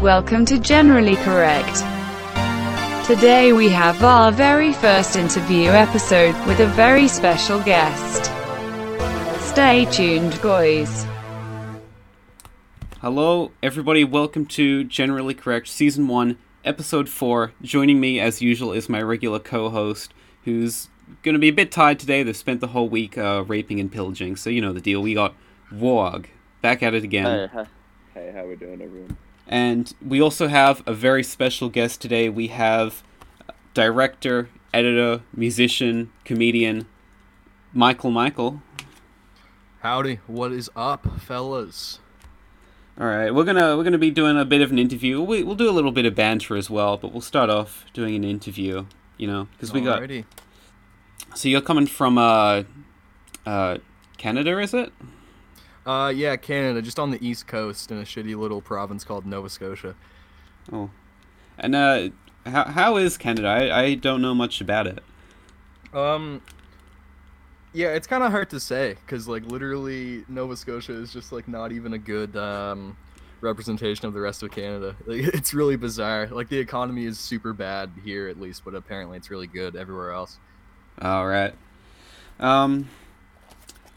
Welcome to Generally Correct. Today we have our very first interview episode with a very special guest. Stay tuned, boys. Hello, everybody. Welcome to Generally Correct Season 1, Episode 4. Joining me, as usual, is my regular co host, who's going to be a bit tired today. They've spent the whole week uh, raping and pillaging, so you know the deal. We got Warg back at it again. Hey, hi- hey, how we doing, everyone? And we also have a very special guest today. We have director, editor, musician, comedian, Michael Michael. Howdy, what is up, fellas? All right, we're gonna we're gonna be doing a bit of an interview. We, we'll do a little bit of banter as well, but we'll start off doing an interview. You know, because we got Alrighty. so you're coming from uh, uh, Canada, is it? Uh, yeah, Canada, just on the east coast in a shitty little province called Nova Scotia. Oh, and uh, how how is Canada? I, I don't know much about it. Um, yeah, it's kind of hard to say because like literally Nova Scotia is just like not even a good um representation of the rest of Canada. Like, it's really bizarre. Like the economy is super bad here at least, but apparently it's really good everywhere else. All right. Um,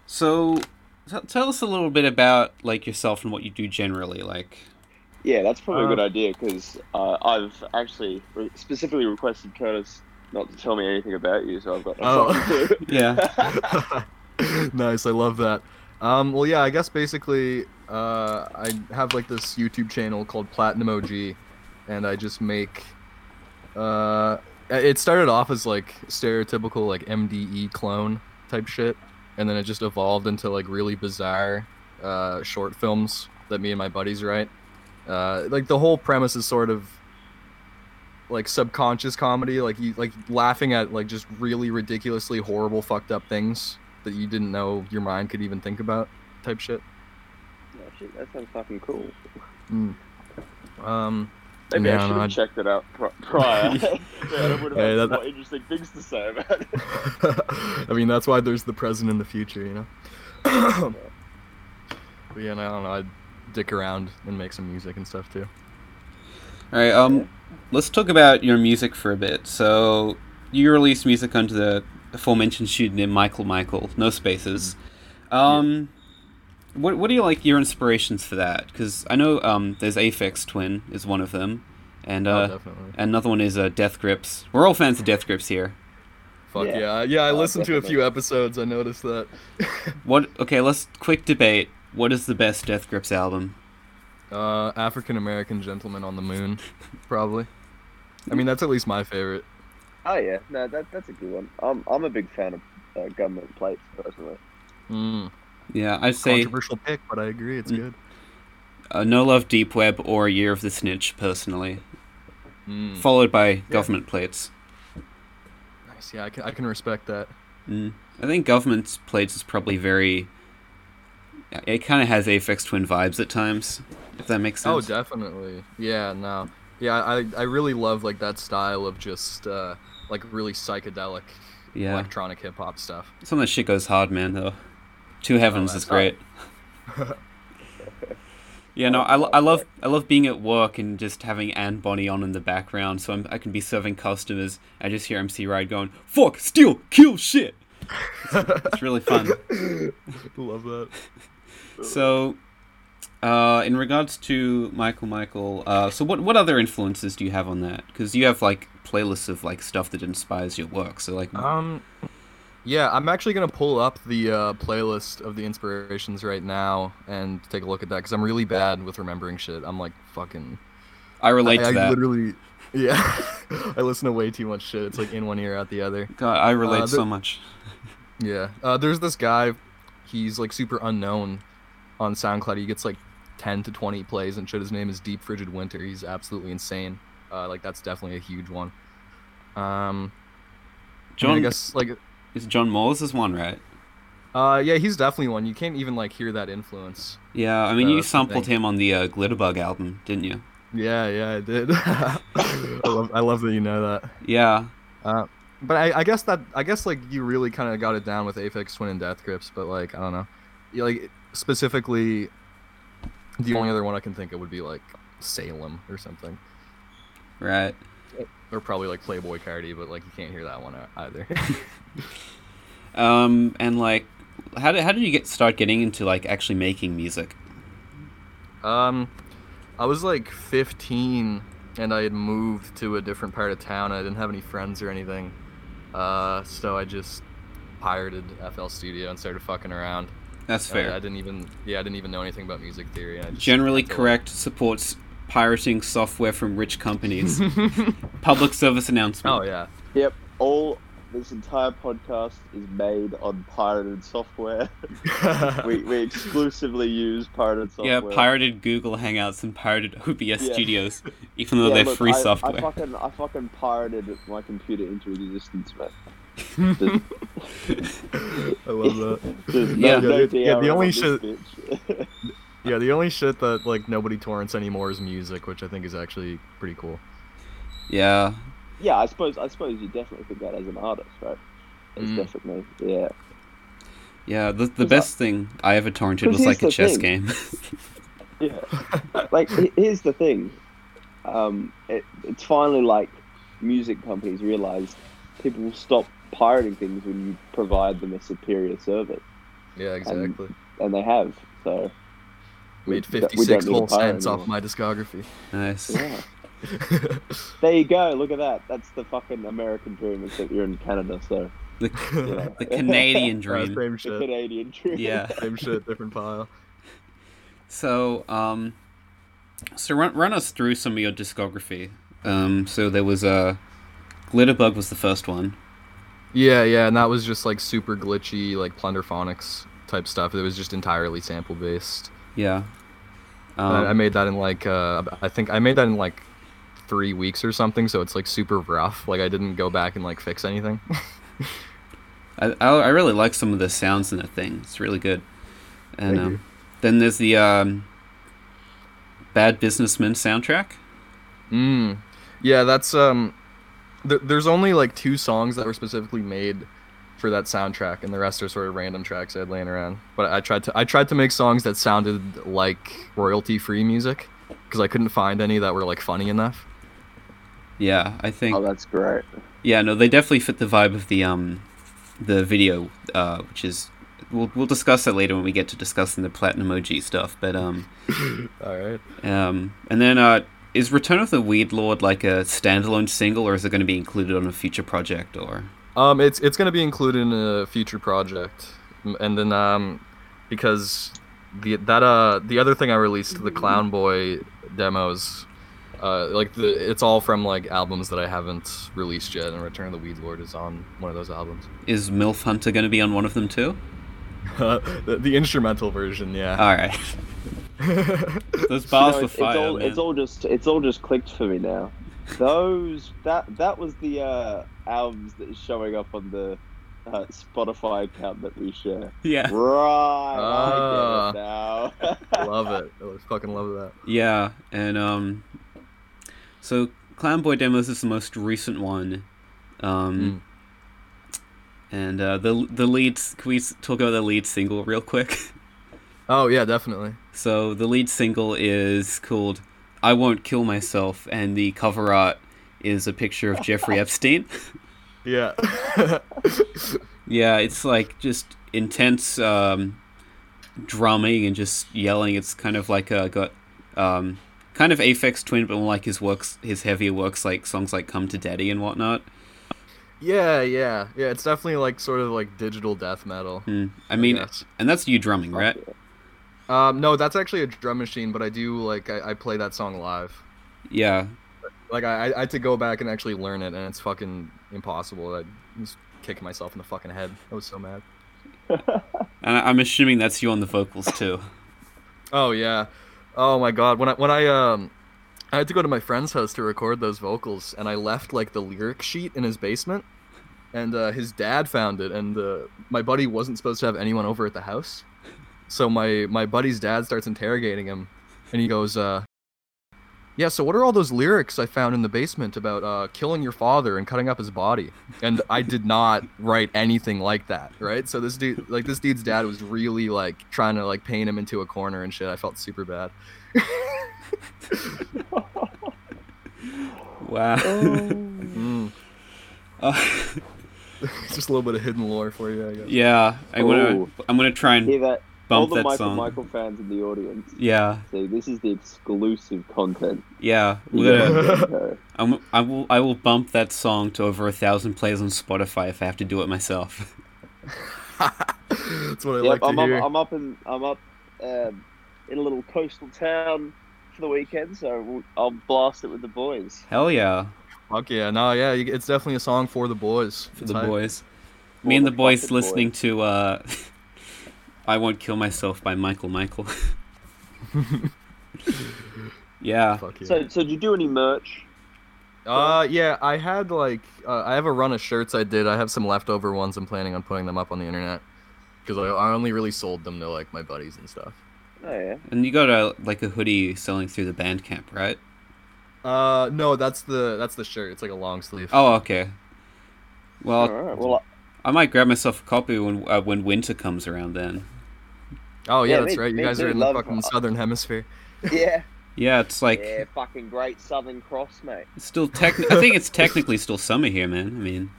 so t- tell us a little bit about like yourself and what you do generally. Like, Yeah, that's probably Uh, a good idea because uh, I've actually re- specifically requested Curtis not to tell me anything about you, so I've got Oh. nothing to do. yeah, nice, I love that. Um, well, yeah, I guess basically uh, I have like this YouTube channel called Platinum OG, and I just make. Uh, it started off as like stereotypical like MDE clone type shit, and then it just evolved into like really bizarre uh, short films that me and my buddies write. Uh, like the whole premise is sort of like subconscious comedy, like you like laughing at like just really ridiculously horrible fucked up things that you didn't know your mind could even think about type shit. Yeah, shit, that sounds fucking cool. Um Maybe Yeah, I should no, I- have checked it out pr- prior. yeah, that would have had Hey, that- some more interesting things to say about it. I mean that's why there's the present and the future, you know. but yeah, and I don't know, I dick around and make some music and stuff too. All right, um, let's talk about your music for a bit. So, you released music under the aforementioned pseudonym Michael Michael, no spaces. Um, what what are you like your inspirations for that? Because I know um, there's Aphex Twin is one of them, and Oh, uh, definitely. another one is uh, Death Grips. We're all fans of Death Grips here. Fuck Yeah. yeah. Yeah, I Oh, listened to a definitely. few episodes, I noticed that. What? Okay, let's quick debate. What is the best Death Grips album? Uh African American gentleman on the moon, probably. I mean that's at least my favorite. Oh yeah, no, that, that's a good one. I'm I'm a big fan of uh, government plates personally. Mm. Yeah, I'd say Controversial pick, but I agree, it's Mm. good. uh, No Love Deep Web or Year of the Snitch, personally, Mm. followed by Government Plates. Nice. Yeah, I can, I can respect that. Mm. I think government's plates is probably very. It kind of has Aphex Twin vibes at times, if that makes Oh, sense. definitely. Yeah, no. Yeah, I, I really love like that style of just uh, like really psychedelic yeah. electronic hip hop stuff. Some of the shit goes hard, man. Though, Two Heavens is that's great. yeah, no, I, lo- I love I love being at work and just having Anne Bonny on in the background, so I'm, I can be serving customers. I just hear MC Ride going, "Fuck, steal, kill, shit." It's, it's really fun. love that. So, uh, in regards to Michael Michael, uh, so what what other influences do you have on that? Because you have like playlists of like stuff that inspires your work. So like, Um, yeah, I'm actually gonna pull up the uh, playlist of the inspirations right now and take a look at that because I'm really bad with remembering shit. I'm like fucking. I relate I, to I that. literally. Yeah, I listen to way too much shit. It's like in one ear out the other. God, I relate there- so much. Yeah. Uh, there's this guy. He's like super unknown on SoundCloud. He gets like 10 to 20 plays and shit. His name is Deep Frigid Winter. He's absolutely insane. Uh, like that's definitely a huge one. Um, John, I, John guess like is John Moores is one, right? uh, yeah, he's definitely one. You can't even like hear that influence. Yeah, I mean, you Uh, that's the sampled thing. him on the uh, Glitterbug album, didn't you? Yeah, yeah, I did. I love, I love that you know that. Yeah, Uh, but I, I guess that I guess like you really kind of got it down with Apex Twin and Death Grips, but like I don't know, You, like specifically, the only other one I can think of would be like Salem or something, Right. or probably like Playboy Cardi, but like you can't hear that one out- either. Um, and like, how did how did you get start getting into like actually making music? Um, I was like 15, and I had moved to a different part of town. I didn't have any friends or anything, uh, so I just pirated FL Studio and started fucking around. That's Uh, fair. I didn't even, yeah, I didn't even know anything about music theory. and I just- Generally that's all- correct supports pirating software from rich companies. Public service announcement. Oh yeah, Yep. All this entire podcast is made on pirated software. we, we exclusively use pirated Yeah, Oh, software. pirated Google Hangouts and pirated OBS Yeah. Studios, even though Yeah, they're look, free I, software. I fucking, I fucking pirated my computer into existence, man. There's, I love that. there's Yeah. no, no Yeah, the DRM only on this shit- bitch. Yeah, the only shit that like nobody torrents anymore is music, which I think is actually pretty cool. yeah. yeah, I suppose I suppose you definitely think that as an artist, right? It's Mm. definitely yeah. Yeah, the, the Cause best thing I ever torrented cause was like a chess here's the thing. game. Yeah. like, he- here's the thing. Um, it, it's finally like music companies realize people will stop pirating things when you provide them a superior service, Yeah, exactly. and they have. So we- Made we don't- we 56 don't need to whole pirate cents off anymore. my discography. nice. Yeah. There you go. Look at that. That's the fucking American dream, except you're in Canada, so The, you know. the Canadian Uh, dream. same the shit. Canadian dream. Yeah. Same shit, different pile. So, um, so run, run us through some of your discography. Um, so there was uh, Glitterbug was the first one. Yeah, yeah, and that was just like super glitchy, like plunderphonics type stuff. It was just entirely sample based. Yeah. Um, I made that in like uh, I think I made that in like three weeks or something. So it's like super rough. Like I didn't go back and like fix anything. I, I I really like some of the sounds in that thing. It's really good. And Thank you. um, then there's the um, Bad Businessman soundtrack. Mm. Yeah, that's um. Th- there's only like two songs that were specifically made for that soundtrack, and the rest are sort of random tracks I had laying around. But I tried to I tried to make songs that sounded like royalty free music because I couldn't find any that were like funny enough. Yeah, I think. Oh, that's great. Yeah, no, they definitely fit the vibe of the um, the video, uh, which is we'll we'll discuss that later when we get to discussing the platinum OG stuff. But um, All right. um, and then uh, is Return of the Weed Lord like a standalone single, or is it going to be included on a future project? Or Um, it's it's gonna be included in a future project, M- and then um, because the that uh the other thing I released the Clown Boy demos, uh, like the it's all from like albums that I haven't released yet, and Return of the Weed Lord is on one of those albums. is Milf Hunter going to be on one of them too? the, the instrumental version, yeah. All right, Uh, those You know, bars were it's, it's fire, all man. it's all just it's all just clicked for me now. Those that that was the uh, albums that is showing up on the uh, Spotify account that we share. Yeah, Right, I get it Ah. now. love it. I fucking love that. Yeah, and um, so Clownboy demos is the most recent one, um, and uh, the the leads. Can we s- talk about the lead single real quick? Oh yeah, definitely. so the lead single is called "I Won't Kill Myself," and the cover art is a picture of Jeffrey Epstein. Yeah. yeah, it's like just intense um, drumming and just yelling. It's kind of like uh, got um, kind of Aphex Twin, but more like his works, his heavier works, like songs like "Come to Daddy" and whatnot. yeah, yeah, yeah. It's definitely like sort of like digital death metal. Mm. I mean, guess. and that's you drumming, right? Um, no, that's actually a drum machine, but I do like I, I play that song live. Yeah, Like I, I, I had to go back and actually learn it, and it's fucking impossible. I was kicking myself in the fucking head. I was so mad. and I- I'm assuming that's you on the vocals too. Oh yeah, oh my god. When I when I um, I had to go to my friend's house to record those vocals, and I left like the lyric sheet in his basement, and uh, his dad found it, and uh, my buddy wasn't supposed to have anyone over at the house, so my my buddy's dad starts interrogating him, and he goes, uh, "Yeah, so what are all those lyrics I found in the basement about uh, killing your father and cutting up his body?" And I did not write anything like that, right? So this dude, like this dude's dad, was really like trying to like paint him into a corner and shit. I felt super bad. Wow. Mm. Uh, Just a little bit of hidden lore for you, I guess. yeah, I'm gonna Ooh. I'm gonna try Hear and that? All bump the that Michael song. Michael fans in the audience. Yeah, So this is the exclusive content. yeah. you We're gonna, guys don't know. I'm, I will I will bump that song to over a thousand plays on Spotify if I have to do it myself. That's what I Yep, like to I'm, hear. up, I'm up in I'm up um, in a little coastal town for the weekend, so we'll- I'll blast it with the boys. Hell yeah, Fuck yeah, no, yeah, you- it's definitely a song for the boys. for It's the hype. boys. For Me and the the boys fucking listening to uh, "I Won't Kill Myself" by Michael Michael. yeah, Fuck yeah. So, so did you do any merch? uh, yeah, I had like, uh, I have a run of shirts I did. I have some leftover ones. I'm planning on putting them up on the internet because I, I only really sold them to like my buddies and stuff. Oh yeah. and you got a like a hoodie selling through the Bandcamp, right? Uh, no, that's the that's the shirt. It's like a long sleeve. Oh, okay. Well, Oh. All right. Well, I might grab myself a copy when uh, when winter comes around. Then, Oh yeah, Yeah, that's me- right. You me guys too, are in the love- fucking southern hemisphere. I- yeah. yeah, it's like Yeah, fucking great Southern Cross, mate. it's still tech. I think it's technically still summer here, man. I mean,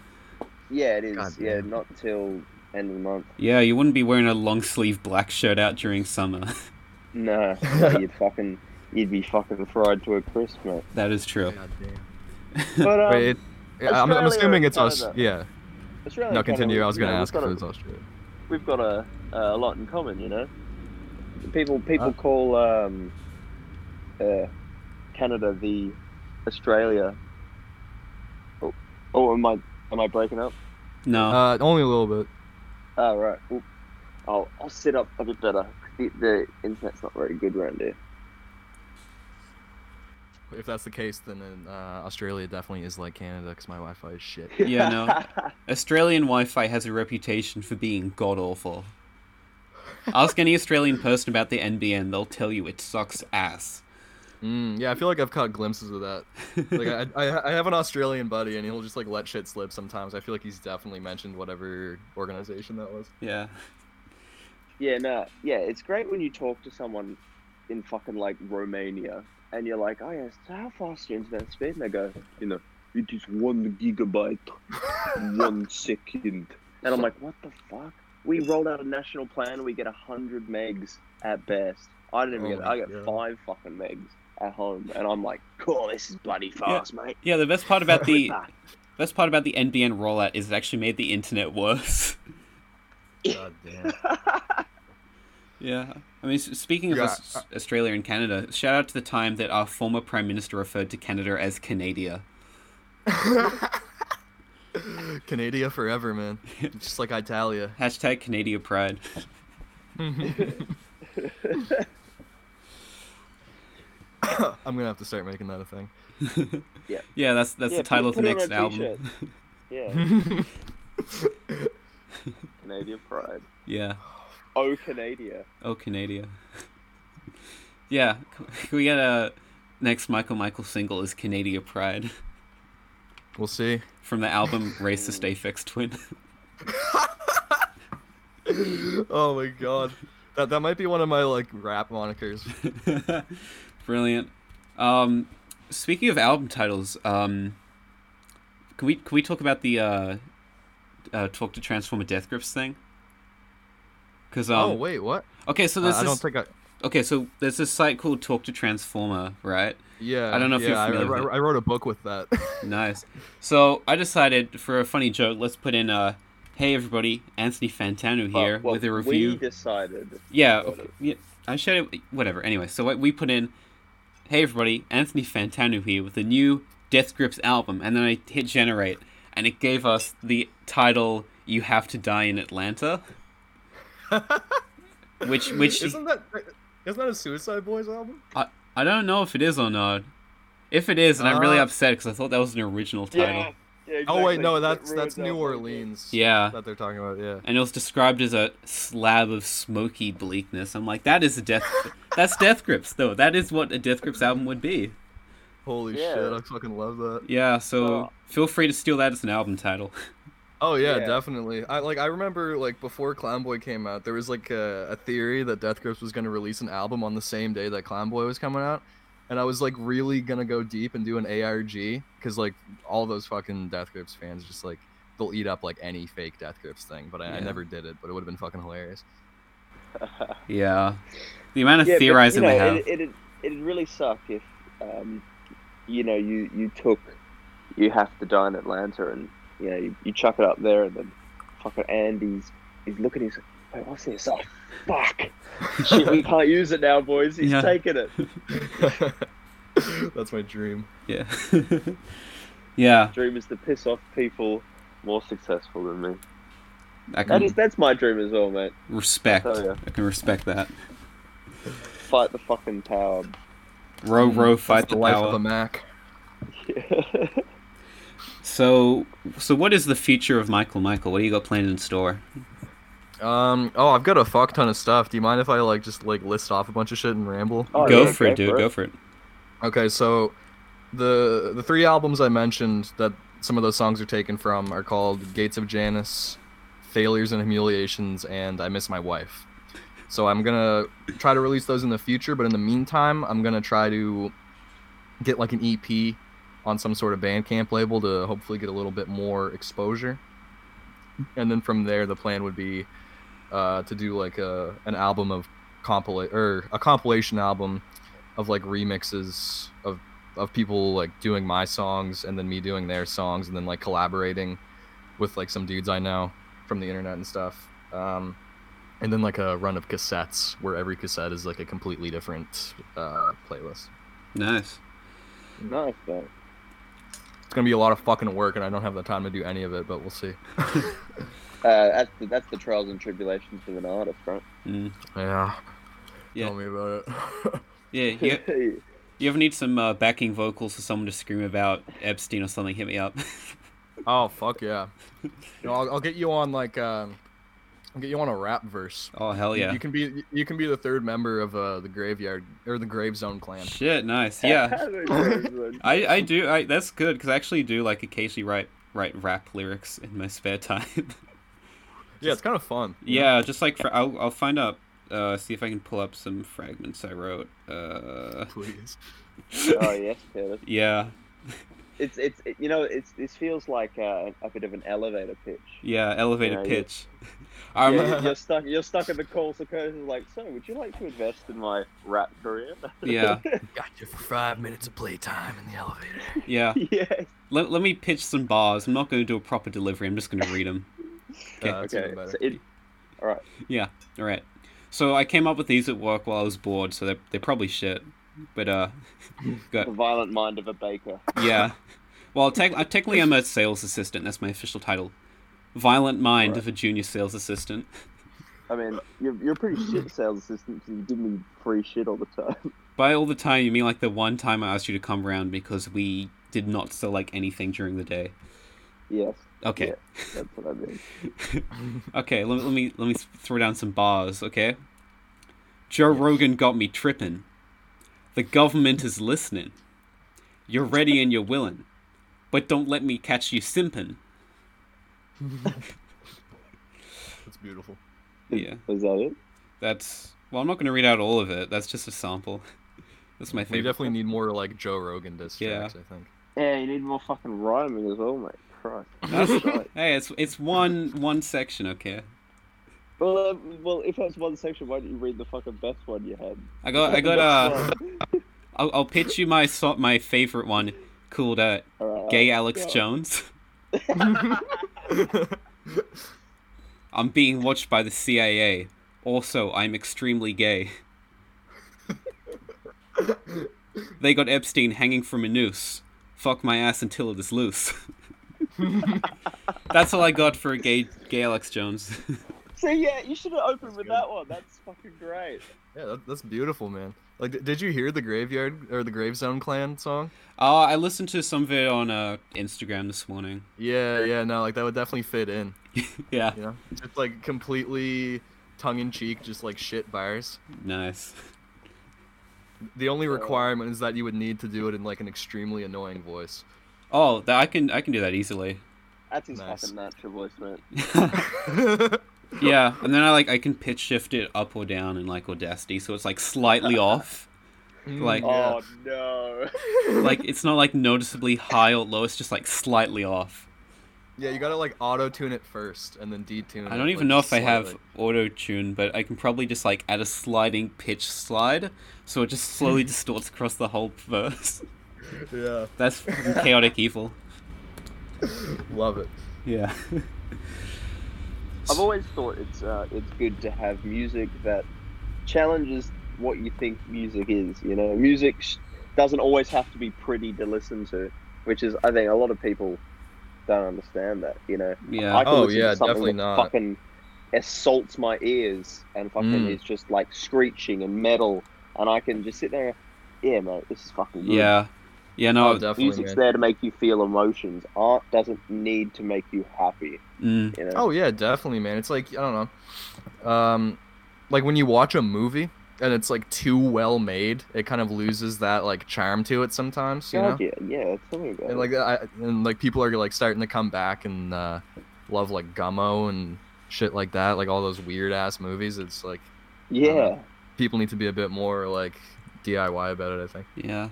Yeah, it is. God yeah, damn. not till end of the month. yeah, you wouldn't be wearing a long sleeve black shirt out during summer. No, no, you'd fucking, you'd be fucking fried to a crisp, mate. that is true. But um, Wait, it, I'm, I'm Australia assuming and it's us. Canada. Yeah. Australia No, and Canada, continue. I was you know, gonna we've ask if got it a- was Australia. We've got a, a lot in common, you know. People, people call um, uh, Canada the Australia. Oh, oh, am I, am I breaking up? No, Uh, only a little bit. Oh, right. Well, I'll, I'll sit up a bit better. The, the internet's not very good around here. If that's the case, then uh, Australia definitely is like Canada because my Wi-Fi is shit. Yeah, no. Australian Wi-Fi has a reputation for being god awful. Ask any Australian person about the NBN; they'll tell you it sucks ass. Mm, yeah, I feel like I've caught glimpses of that. Like I, I, I have an Australian buddy, and he'll just like let shit slip sometimes. I feel like he's definitely mentioned whatever organization that was. Yeah, Yeah, no, yeah, it's great when you talk to someone in fucking like Romania and you're like, oh, yeah, so how fast is your internet speed? And they go, you know, it is one gigabyte, one second. And I'm like, what the fuck? We rolled out a national plan, we get 100 megs at best. I didn't even Oh get, my I got God. five fucking megs at home. And I'm like, cool, this is bloody fast, mate. yeah. The best part about the Fuck. best part about the NBN rollout is it actually made the internet worse. God damn. Yeah. I mean, s- speaking of Yeah, uh, Aus- Australia and Canada, shout out to the time that our former prime minister referred to Canada as Canadia. Canada forever, man. Just like Italia. Hashtag Canadia Pride. I'm gonna have to start making that a thing. Yeah, that's that's Yeah, the put- title of the put it on next a album. yeah, Canadian pride. yeah. Oh, Canada. Oh, Canadia. yeah. c- Can we get a next Michael Michael single is Canadia Pride we'll see. from the album Race to Stay Fixed Twin. Oh my god. That that might be one of my like rap monikers. Um, Brilliant. Um, speaking of album titles, um, can we can we talk about the uh, uh, talk to Transformer Death Grips thing? Because um, oh wait, what? okay, so I, there's I don't this, think I. okay, so there's this site called Talk to Transformer, right? Yeah. I don't know if yeah, you're I- familiar I, with it. I wrote a book with that. Nice. So I decided for a funny joke, let's put in uh, hey everybody, Anthony Fantano here Well, well, with a We review. decided. Yeah, okay, yeah, I showed it. Whatever. Anyway, so what we put in, hey everybody, Anthony Fantano here with the new Death Grips album, and then I hit generate, and it gave us the title "You Have to Die in Atlanta," which which isn't that isn't that a Suicide Boys album? I, I don't know if it is or not. If it is, and I'm really Uh, upset because I thought that was an original Uh-huh. Yeah. title. yeah Oh exactly. wait, no, It that's ruins that's our New whole Orleans. Yeah. That they're talking about. Yeah. and it was described as a slab of smoky bleakness. I'm like, that is a death. that's Death Grips, though. That is what a Death Grips album would be. Holy Yeah. shit! I fucking love that. Yeah, so Well- feel free to steal that as an album title. Oh yeah, Yeah. definitely. I like I remember like before Clownboy came out, there was like a, a theory that Death Grips was going to release an album on the same day that Clownboy was coming out, and I was like really gonna go deep and do an ARG because like all those fucking Death Grips fans just like they'll eat up like any fake Death Grips thing, but I, I Yeah. never did it. But it would have been fucking hilarious. Yeah. The amount of Yeah, but, you theorizing know, they have. It, it'd, it'd really suck if, um, you know, you, you took, you have to die in Atlanta and, you know, you, you chuck it up there and then fucking Andy's, he's looking, he's like, wait, what's this? Oh, fuck. Shit, we can't use it now, boys. He's Yeah. taking it. That's my dream. Yeah. yeah. Dream is to piss off people more successful than me. I That can is, that's my dream as well, mate. respect. Oh, yeah. I can respect that. Fight the fucking power. Row, Mm-hmm. row, fight That's the, the life power. of a Mac. So, so what is the future of Michael? Michael, what do you got planned in store? Um. Oh, I've got a fuck ton of stuff. Do you mind if I like just like list off a bunch of shit and ramble? Oh, go yeah, for it, go dude. for it. Go for it. Okay, so the the three albums I mentioned that some of those songs are taken from are called Gates of Janus, Failures and Humiliations, and I Miss My Wife. So I'm gonna try to release those in the future, but in the meantime, I'm gonna try to get like an EP on some sort of Bandcamp label to hopefully get a little bit more exposure. And then from there, the plan would be uh, to do like a an album of compila or a compilation album of like remixes of of people like doing my songs and then me doing their songs and then like collaborating with like some dudes I know from the internet and stuff. Um, and then like a run of cassettes where every cassette is like a completely different uh, playlist. Nice. Nice, mate. It's gonna be a lot of fucking work and I don't have the time to do any of it, but we'll see. Uh, that's, the, that's the trials and tribulations of an artist, right? Mm. Yeah. Yeah. Tell me about it. Yeah. You, you ever need some uh, backing vocals for someone to scream about Epstein or something? Hit me up. oh fuck yeah. You know, I'll, I'll get you on like um, I'll get you on a rap verse. oh hell You- yeah. You can be you can be the third member of uh, the graveyard or the gravezone clan. Shit. Nice. Yeah. I I do. I that's good because I actually do like occasionally write write rap lyrics in my spare time. Yeah, it's kind of fun. Yeah, just like for, I'll I'll find out. Uh, see if I can pull up some fragments I wrote. Uh, Please. oh yes, Peter. yeah, It's it's it- you know it's this feels like uh, a bit of an elevator pitch. yeah, elevator Yeah, you- pitch. I Yeah, remember, you- you're stuck. You're stuck in the calls. The coach is like, "So, would you like to invest in my rap career?" yeah, Got you for five minutes of playtime in the elevator. yeah. yes. Let, let me pitch some bars. I'm not going to do a proper delivery. I'm just going to read them. Okay. Uh, that's okay. even better. So it, all right. Yeah. All right. So I came up with these at work while I was bored. So they're they're probably shit. But uh, The violent mind of a baker. yeah. Well, tec- uh, technically I'm a sales assistant. That's my official title. Violent mind of a junior sales assistant. I mean, you're, you're a pretty shit sales assistant. 'cause You give me free shit all the time. By all the time, you mean like the one time I asked you to come round because we did not sell like anything during the day. Yes, Okay, that's what I mean. okay. Let, let me let me throw down some bars. Okay. Joe Rogan got me tripping. The government is listening. You're ready and you're willing, but don't let me catch you simping. That's beautiful. Yeah, Was that it? that's well. I'm not going to read out all of it. That's just a sample. That's my We favorite. definitely need more like Joe Rogan diss tracks. I think. Yeah, you need more fucking rhyming as well, mate. Christ. That's- Right. hey, it's it's one one section. Okay. Well, uh, well, if that's one section, why don't you read the fucking best one you had? I got I got uh. I'll, I'll pitch you my so- my favorite one called uh, Alright, Gay alright. Alex Yeah. Jones. I'm being watched by the CIA. Also, I'm extremely gay. they got Epstein hanging from a noose. Fuck my ass until it is loose. That's all I got for a gay gay Alex Jones. See, yeah, you should have opened with good. that one. That's fucking great. Yeah, that, that's beautiful, man. Like, d- did you hear the graveyard or the Gravestone Clan song? uh, I listened to some of it on uh, Instagram this morning. Yeah, yeah, no, like that would definitely fit in. Yeah, You know, just like completely tongue in cheek, just like shit bars. nice. The only requirement is that you would need to do it in like an extremely annoying voice. Oh, that, I can I can do that easily. That's his Nice. fucking natural voice, mate. Yeah, and then I like I can pitch shift it up or down in like Audacity, so it's like slightly off. Like- Oh no! like it's not like noticeably high or low. It's just like slightly off. yeah, you gotta like auto tune it first and then detune. I it, don't even like, know if I have slightly. auto tune, but I can probably just like add a sliding pitch slide, so it just slowly distorts across the whole verse. Yeah, That's fucking chaotic evil. love it. Yeah. I've always thought it's uh, it's good to have music that challenges what you think music is. You know, music sh- doesn't always have to be pretty to listen to, which is I think a lot of people don't understand that. You know, Yeah. I can Oh, listen yeah, to something definitely that not. fucking assaults my ears and fucking Mm. is just like screeching and metal, and I can just sit there. Yeah, mate, this is fucking good. Yeah. Yeah. No. oh, definitely. Music's man. there to make you feel emotions. Art doesn't need to make you happy. mm, You know. Oh yeah, definitely, man. It's like I don't know, um, like when you watch a movie and it's like too well made, it kind of loses that like charm to it sometimes, you know. God, yeah, yeah, it's something about And it. like I, and like people are like starting to come back and uh, love like Gummo and shit like that, like all those weird ass movies. It's like uh, yeah, people need to be a bit more like DIY about it. I think. yeah.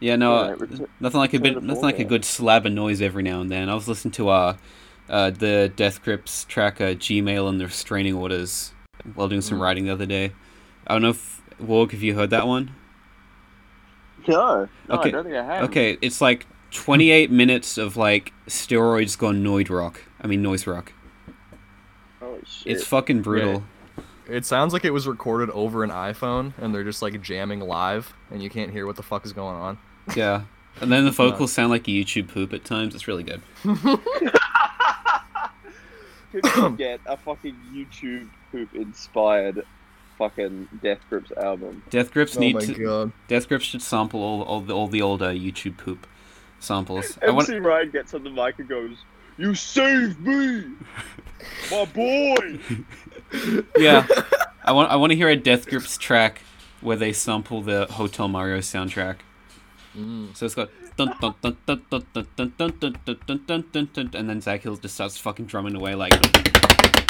Yeah. No. Alright, return- nothing like a return bit. to Nothing like a form, good slab of noise every now and then. I was listening to uh, uh the Death Grips tracker Gmail and the restraining orders while doing some Mm. writing the other day. I don't know if Wog, have you heard that one? no, no, Okay, I don't think I have. Okay, it's like 28 minutes of like steroids gone noid rock. I mean noise rock. Holy shit. It's fucking brutal. It sounds like it was recorded over an iPhone, and they're just like jamming live, and you can't hear what the fuck is going on. Yeah. And then the vocals sound like YouTube poop at times. It's really good. Could you get a fucking YouTube poop inspired fucking Death Grips album? Death Grips Oh need my to. god. Death Grips should sample all, all the all the older YouTube poop samples. I want. MC Ryan gets on the mic and goes, "You saved me, my boy." Yeah. I want. I want to hear a Death Grips track where they sample the Hotel Mario soundtrack. Mm. So it's got dun dun dun dun dun dun dun dun dun dun dun dun dun dun, and then Zach Hill just starts fucking drumming away like. I, That'd be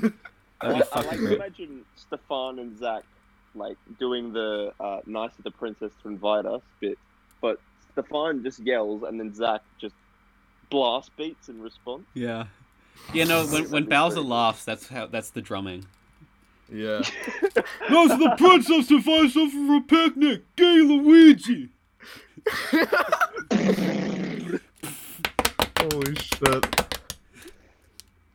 like- I like fucking to great. imagine Stefan and Zach like doing the uh, "Nice of the Princess to Invite Us" bit, but Stefan just yells and then Zach just blast beats in response. Yeah. Yeah, no, when, when Bowser laughs, that's how that's the drumming. Yeah. Those are the princess to find us for a picnic, gay Luigi! Holy shit.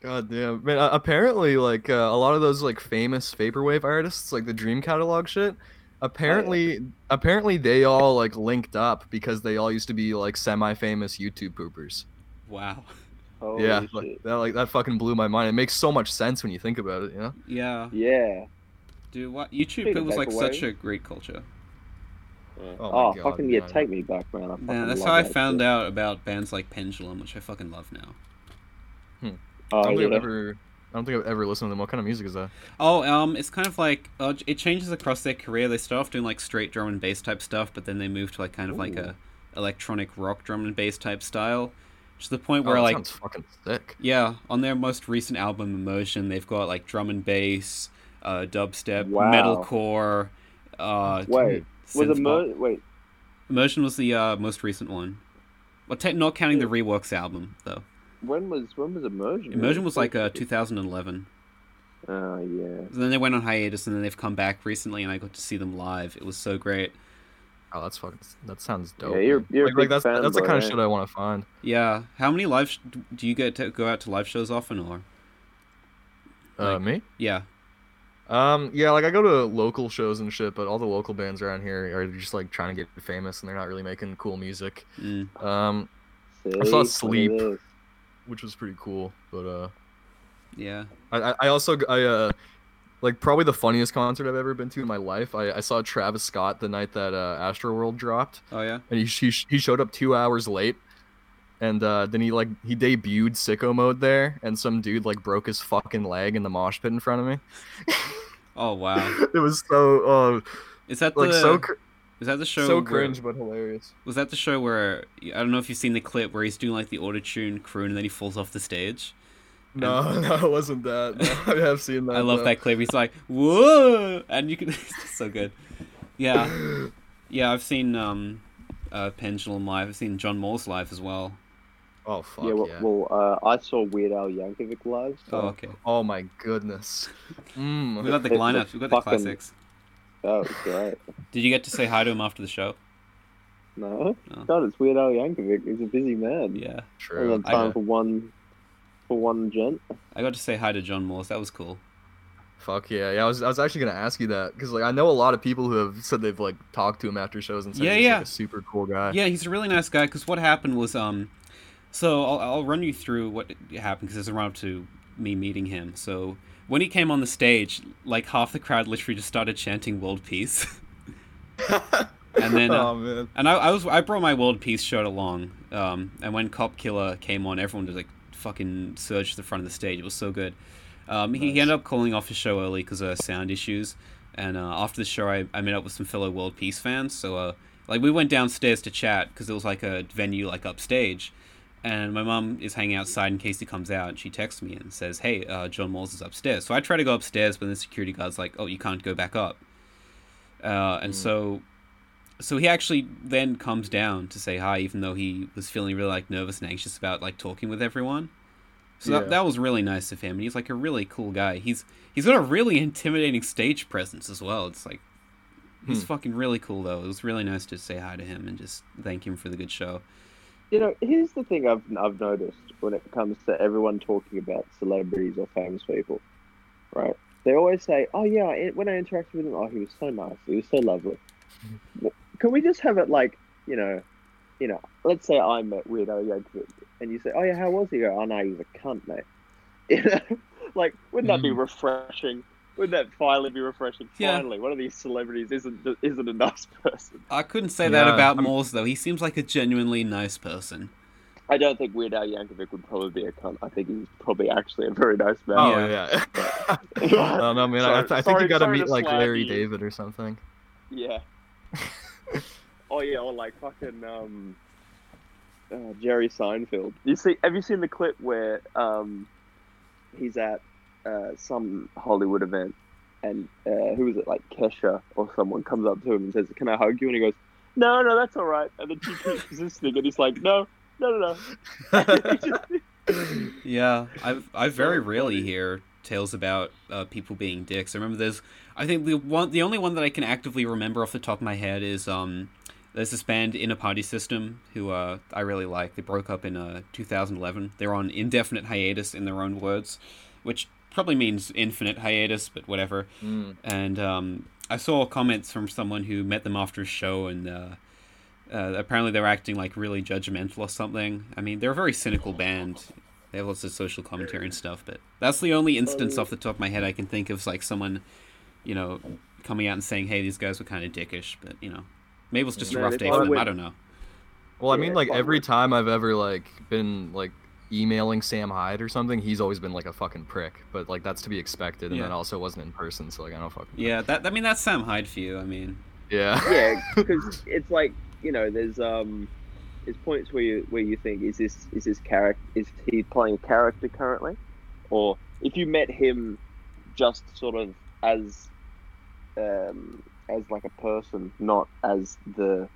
God damn. Man, uh, apparently, like, uh, a lot of those, like, famous Vaporwave artists, like the Dream Catalog shit, Oh, apparently, apparently they all, like, linked up because they all used to be, like, semi-famous YouTube poopers. Wow. Holy yeah. shit. Like, that, like, that fucking blew my mind. It makes so much sense when you think about it, you know? Yeah. Yeah. Dude, what? YouTube Take it was it like back such away. a great culture. Oh, my Oh, God, fucking yeah, man. take me back, man. I fucking Yeah, that's love how I that found shit. out about bands like Pendulum, which I fucking love now. I Oh, don't yeah. think I've ever... I don't think I've ever listened to them. What kind of music is that? Oh, um, it's kind of like uh, it changes across their career. They start off doing like straight drum and bass type stuff, but then they move to like kind of like Ooh. a electronic rock drum and bass type style, to the point Oh, where that like sounds fucking sick. Yeah, on their most recent album, Emotion, they've got like drum and bass, uh, dubstep, Wow. metalcore. Uh, Wait, was synth a pop. mo- wait? Emotion was the uh, most recent one. Well, te- not counting the reworks album though. When was when was immersion? Emotion was like uh, 2011. Oh yeah. And then they went on hiatus, and then they've come back recently, and I got to see them live. It was so great. Oh, that's fucking. That sounds Yeah, dope. you're- man. you're a like, like big that's that's the fanboy, kind of eh? shit I want to find. Yeah, how many live sh- do you get to go out to live shows often, or Uh, me? yeah, Um, yeah, like I go to local shows and shit, but all the local bands around here are just like trying to get famous, and they're not really making cool music, mm. um, See? saw Look at Sleep. this. which was pretty cool. But uh, yeah, I I- I also g- I uh, like probably the funniest concert I've ever been to in my life. I, I saw Travis Scott the night that uh, Astroworld dropped, oh yeah, and he he, sh- he showed up two hours late. And uh, then he like he debuted sicko mode there, and some dude like broke his fucking leg in the mosh pit in front of me. oh wow. it was so uh, Is that like the so cr- is that the show so where- cringe but hilarious. Was that the show where I don't know if you've seen the clip where he's doing like the autotune croon and then he falls off the stage? No, no, it wasn't that. Uh, No, I have seen that. I love though. that clip. He's like, "Whoa!" and you can it's just so good. Yeah, yeah. I've seen um, uh, Pendulum live. I've seen John Moore's live as well. Oh fuck yeah, yeah! well, well uh, I saw Weird Al Yankovic live. So, Oh, okay. oh my goodness. We Mm. got the It's a lineup. We got the fucking- classics. That was great. Did you get to say hi to him after the show? No, No. God, it's Weird Al Yankovic. He's a busy man. Oh. Yeah, Only True. had I time know. for one, for one gent. I got to say hi to John Morse. That was cool. Fuck yeah! Yeah, I was, I was actually gonna ask you that because like I know a lot of people who have said they've like talked to him after shows and said Yeah, he's yeah. like a super cool guy. Yeah, he's a really nice guy. Because what happened was, um, so I'll, I'll run you through what happened because it's a run up to me meeting him. So when he came on the stage, like half the crowd literally just started chanting "World Peace," and then. Uh, oh man. and I, I was I brought my world peace shirt along, um, and when Cop Killer came on, everyone just like fucking surged to the front of the stage. It was so good. Um, he, he Nice. ended up calling off his show early because of sound issues, and uh, after the show, I, I met up with some fellow world peace fans. So uh, like we went downstairs to chat because it was like a venue like upstage, and my mom is hanging outside in case he comes out. And she texts me and says, "Hey, uh, John Moles is upstairs." So I try to go upstairs, but the security guard's like, "Oh, you can't go back up." Uh, and Mm. so so he actually then comes down to say hi even though he was feeling really like nervous and anxious about like talking with everyone so Yeah. that, that was really nice of him and he's like a really cool guy he's he's got a really intimidating stage presence as well it's like he's Hmm. fucking really cool though it was really nice to say hi to him and just thank him for the good show You know, here's the thing I've I've noticed when it comes to everyone talking about celebrities or famous people, right? They always say, "Oh yeah, I- when I interacted with him, oh he was so nice, he was so lovely." Well, Can we just have it like you know, you know? Let's say I met Weirdo Yankovic, and you say, "Oh yeah, how was he?" You go, "Oh no, he's a cunt, mate." You know, like wouldn't that be Mm. refreshing? Wouldn't that finally be refreshing? Yeah. Finally, one of these celebrities isn't isn't a nice person. i couldn't say that Yeah, about I'm- Moores though he seems like a genuinely nice person I don't think Weird Al Yankovic would probably be a cunt. I think he's probably actually a very nice man. Oh Yeah. yeah. I don't know, man. I, Sorry- I think sorry- you gotta sorry to meet like slap Larry you. David or something. Yeah. oh yeah, or like fucking um, uh, Jerry Seinfeld. You see? Have you seen the clip where um, he's at uh, some Hollywood event, and uh, who is it? Like Kesha or someone comes up to him and says, "Can I hug you?" And he goes, "No, no, that's all right." And then she keeps resisting, and he's like, "No, no, no, no." He just- Yeah, I I very So rarely funny. hear tales about uh, people being dicks. I remember there's I think the one the only one that I can actively remember off the top of my head is um there's this band Inner Party System who uh I really like. They broke up in uh 2011. They're on indefinite hiatus in their own words, which probably means infinite hiatus, but whatever Mm. and um, I saw comments from someone who met them after a show, and uh, uh, apparently they were acting like really judgmental or something. I mean, they're a very cynical band. They have lots of social commentary and stuff, but that's the only instance off the top of my head I can think of, like someone, you know, coming out and saying, "Hey, these guys were kind of dickish," but you know, maybe it was just a Yeah, rough they day thought for them. when- I don't know. Well, I Yeah, mean, like fuck every with- time I've ever like been like emailing Sam Hyde or something, he's always been like a fucking prick. But like that's to be expected, and Yeah. then also wasn't in person, so like I don't fucking. Yeah, that I mean that's Sam Hyde for you. I mean, Yeah. yeah, because it's like you know, there's um, there's points where you where you think is this is this character is he playing a character currently, or if you met him just sort of as um, as like a person, not as the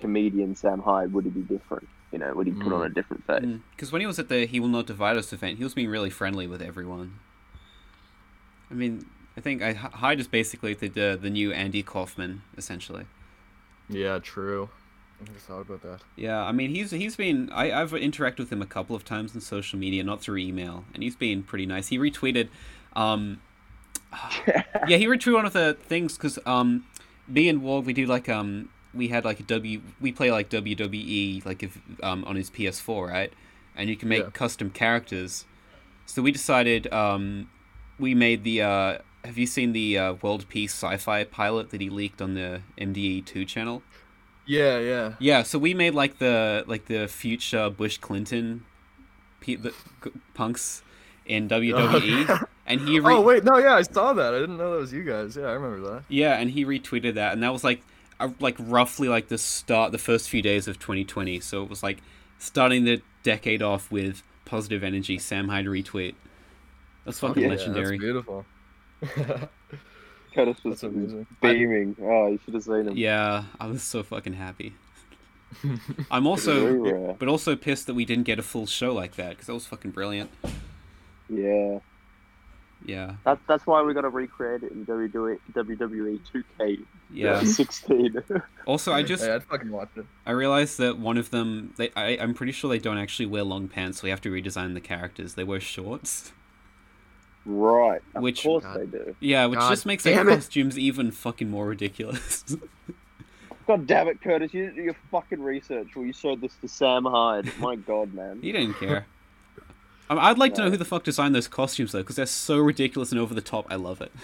comedian Sam Hyde, would he be different? You know, would he put Mm. on a different face? because when he was at the He Will Not Divide Us event, he was being really friendly with everyone. I mean, I think I, Hyde is basically the, the the new Andy Kaufman, essentially. Yeah. True. I never thought about that. Yeah, I mean, he's he's been I, I've interacted with him a couple of times on social media, not through email, and he's been pretty nice. He retweeted, um, yeah, he retweeted one of the things because um, me and Wog we do like um we had like a W we play like WWE like if um on his PS4 right, and you can make Yeah. custom characters. So we decided um we made the uh have you seen the uh, World Peace sci-fi pilot that he leaked on the MDE2 channel? Yeah. Yeah. Yeah, so we made like the like the future Bush Clinton pe- the, g- punks in WWE, and he re- Oh wait, no, yeah, I saw that. I didn't know that was you guys. Yeah, I remember that. yeah, and he retweeted that, and that was like uh, like roughly like the start the first few days of 2020. So it was like starting the decade off with positive energy. Oh, Sam Hyde retweet. That's fucking yeah, legendary. That's beautiful. Curtis was Mm. That's amazing. beaming. Oh, you should have seen him. Yeah, I was so fucking happy. I'm Very also, rare. but also pissed that we didn't get a full show like that because that was fucking brilliant. Yeah. Yeah, That, that's why we got to recreate it in WWE E 2K yeah. 16. Also, I just Yeah, I'd fucking watch it. I realized that one of them, they, I, I'm pretty sure they don't actually wear long pants. So we have to redesign the characters. They wear shorts. right. Of Which- course God. they do. Yeah, which God just makes their damn it. costumes even fucking more ridiculous. God damn it, Curtis. You didn't do your fucking research where you showed this to Sam Hyde. My God, man. he didn't care. Um, I'd like to know No. who the fuck designed those costumes though, because they're so ridiculous and over the top. I love it.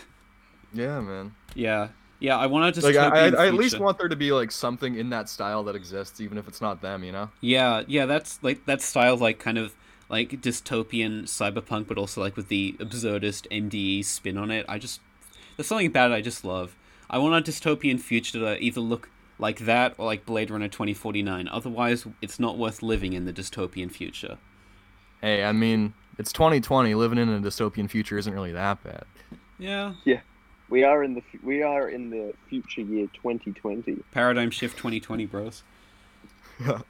Yeah, man. Yeah, yeah. I want to just Like I, I, I at least want there to be like something in that style that exists, even if it's not them. You know? Yeah, yeah, that's like that style, like kind of like dystopian cyberpunk, but also like with the absurdist MDE spin on it. I just there's something about it I just love. I want a dystopian future to either look like that or like Blade Runner 2049. Otherwise, it's not worth living in the dystopian future. Hey, I mean, it's 2020. Living in a dystopian future isn't really that bad. Yeah, We are in the fu- we are in the future year 2020. paradigm shift 2020, bros. All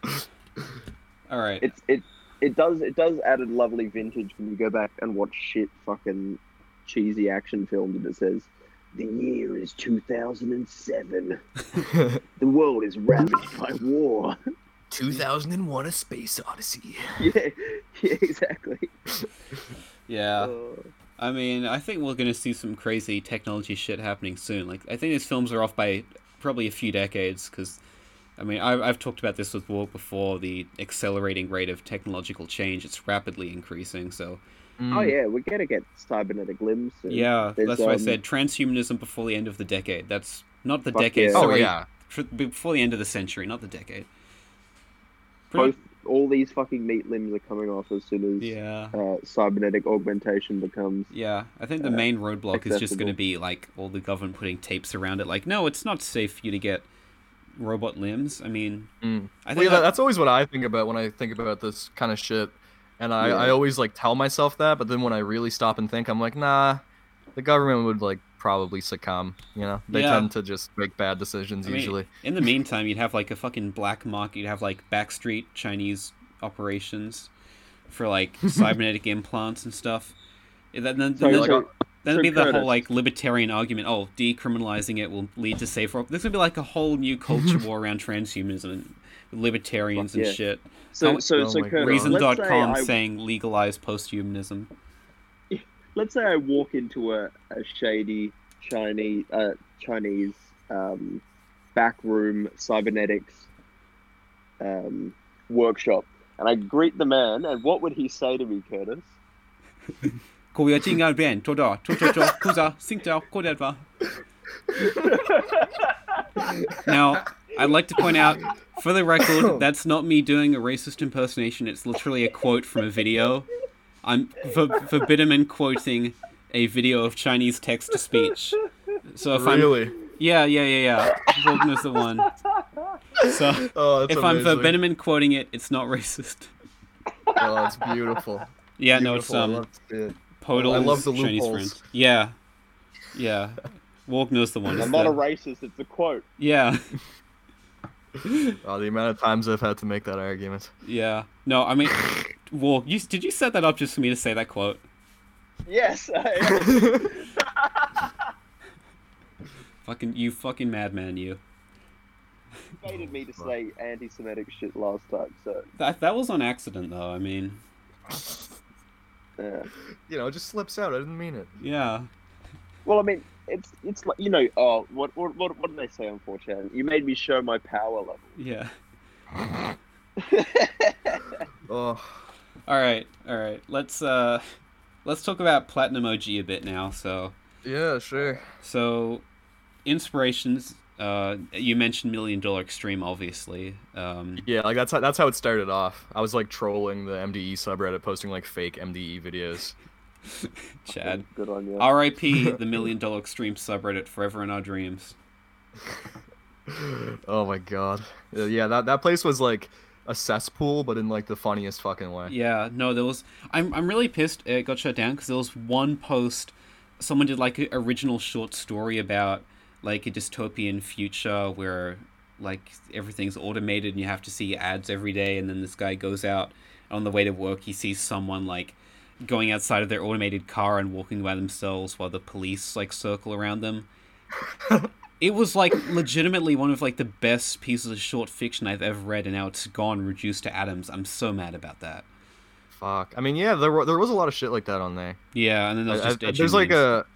right. It's it it does it does add a lovely vintage when you go back and watch shit fucking cheesy action films and it says the year is 2007. The world is ravaged by war. 2001: A Space Odyssey. yeah, yeah, exactly. yeah. Oh. I mean, I think we're going to see some crazy technology shit happening soon. Like, I think these films are off by probably a few decades because, I mean, I, I've talked about this with Walk before the accelerating rate of technological change. It's rapidly increasing. So, Mm. Oh yeah, we're gonna get cybernetic limbs. soon. hmm. yeah, There's, that's why I um, said transhumanism before the end of the decade. That's not the Fuck decade. yeah. Oh sorry, yeah. tr- before the end of the century, not the decade. Pretty- both all these fucking meat limbs are coming off as soon as Yeah. uh, cybernetic augmentation becomes. Yeah, I think the uh, main roadblock is just going to accessible. be like all the government putting tapes around it. Like, no, it's not safe for you to get robot limbs. I mean, Mm. I Well, think yeah, that- that- that's always what I think about when I think about this kind of shit, and I, Yeah. I always like tell myself that, but then when I really stop and think, I'm like, nah, the government would like probably succumb. You know, they Yeah. tend to just make bad decisions I mean, usually. in the meantime, you'd have like a fucking black market. You'd have like backstreet Chinese operations for like cybernetic implants and stuff. And then, then, So, then, like, so- that'd so be the whole Curtis- like libertarian argument. Oh, decriminalizing it will lead to safer. Op-. There's gonna be like a whole new culture war around transhumanism, and libertarians and Yeah. shit. So, Don't- so, Oh so, my Curtis, God. Reason.com Uh, let's say, I, saying legalize posthumanism. let's say I walk into a, a shady Chinese, uh, Chinese um, backroom cybernetics um, workshop and I greet the man, and what would he say to me, Curtis? 口语听二遍，多多多多多，哭着，心跳，哭着吧。Now, I'd like to point out, for the record, that's not me doing a racist impersonation. It's literally a quote from a video. I'm for Forbidderman quoting a video of Chinese text to speech. So if I'm really? yeah yeah yeah yeah, Holden is the one. So Oh, that's if I'm amazing. Forbidderman quoting it, it's not racist. Oh, that's beautiful. Yeah, no, it's Beautiful, I um. love to see it. Podol's I love the Chinese loopholes. friend. Yeah, yeah. Walk knows the one. I'm it's not a the- racist. It's a quote. Yeah, Oh, the amount of times I've had to make that argument. yeah. No, I mean, Walk. You did you set that up just for me to say that quote? Yes. I- Fucking you, fucking madman, you. baited me to say anti-Semitic shit last time, so That that was on accident though. I mean, yeah. You know, it just slips out. I didn't mean it. yeah, Well, I mean, it's it's like you know, oh, what what what, what do they say on 4chan? You made me show my power level. yeah. Oh, All right, all right. Let's uh, let's talk about Platinum OG a bit now. So yeah, sure. so, inspirations. Uh, you mentioned Million Dollar Extreme, obviously. Um, Yeah, like that's how, that's how it started off. I was like trolling the MDE subreddit, posting like fake MDE videos. Chad. Good on you. R.I.P. the Million Dollar Extreme subreddit forever in our dreams. Oh my god. Uh, Yeah, that that place was like a cesspool, but in like the funniest fucking way. Yeah, no, there was. I'm I'm really pissed it got shut down because there was one post someone did like an original short story about like a dystopian future where like everything's automated and you have to see ads every day and then this guy goes out on the way to work he sees someone like going outside of their automated car and walking by themselves while the police like circle around them it was like legitimately one of like the best pieces of short fiction i've ever read and now it's gone reduced to atoms i'm so mad about that Fuck. I mean, yeah, there were, there was a lot of shit like that on there. yeah and then there's I- I- just E dead there's like humans. a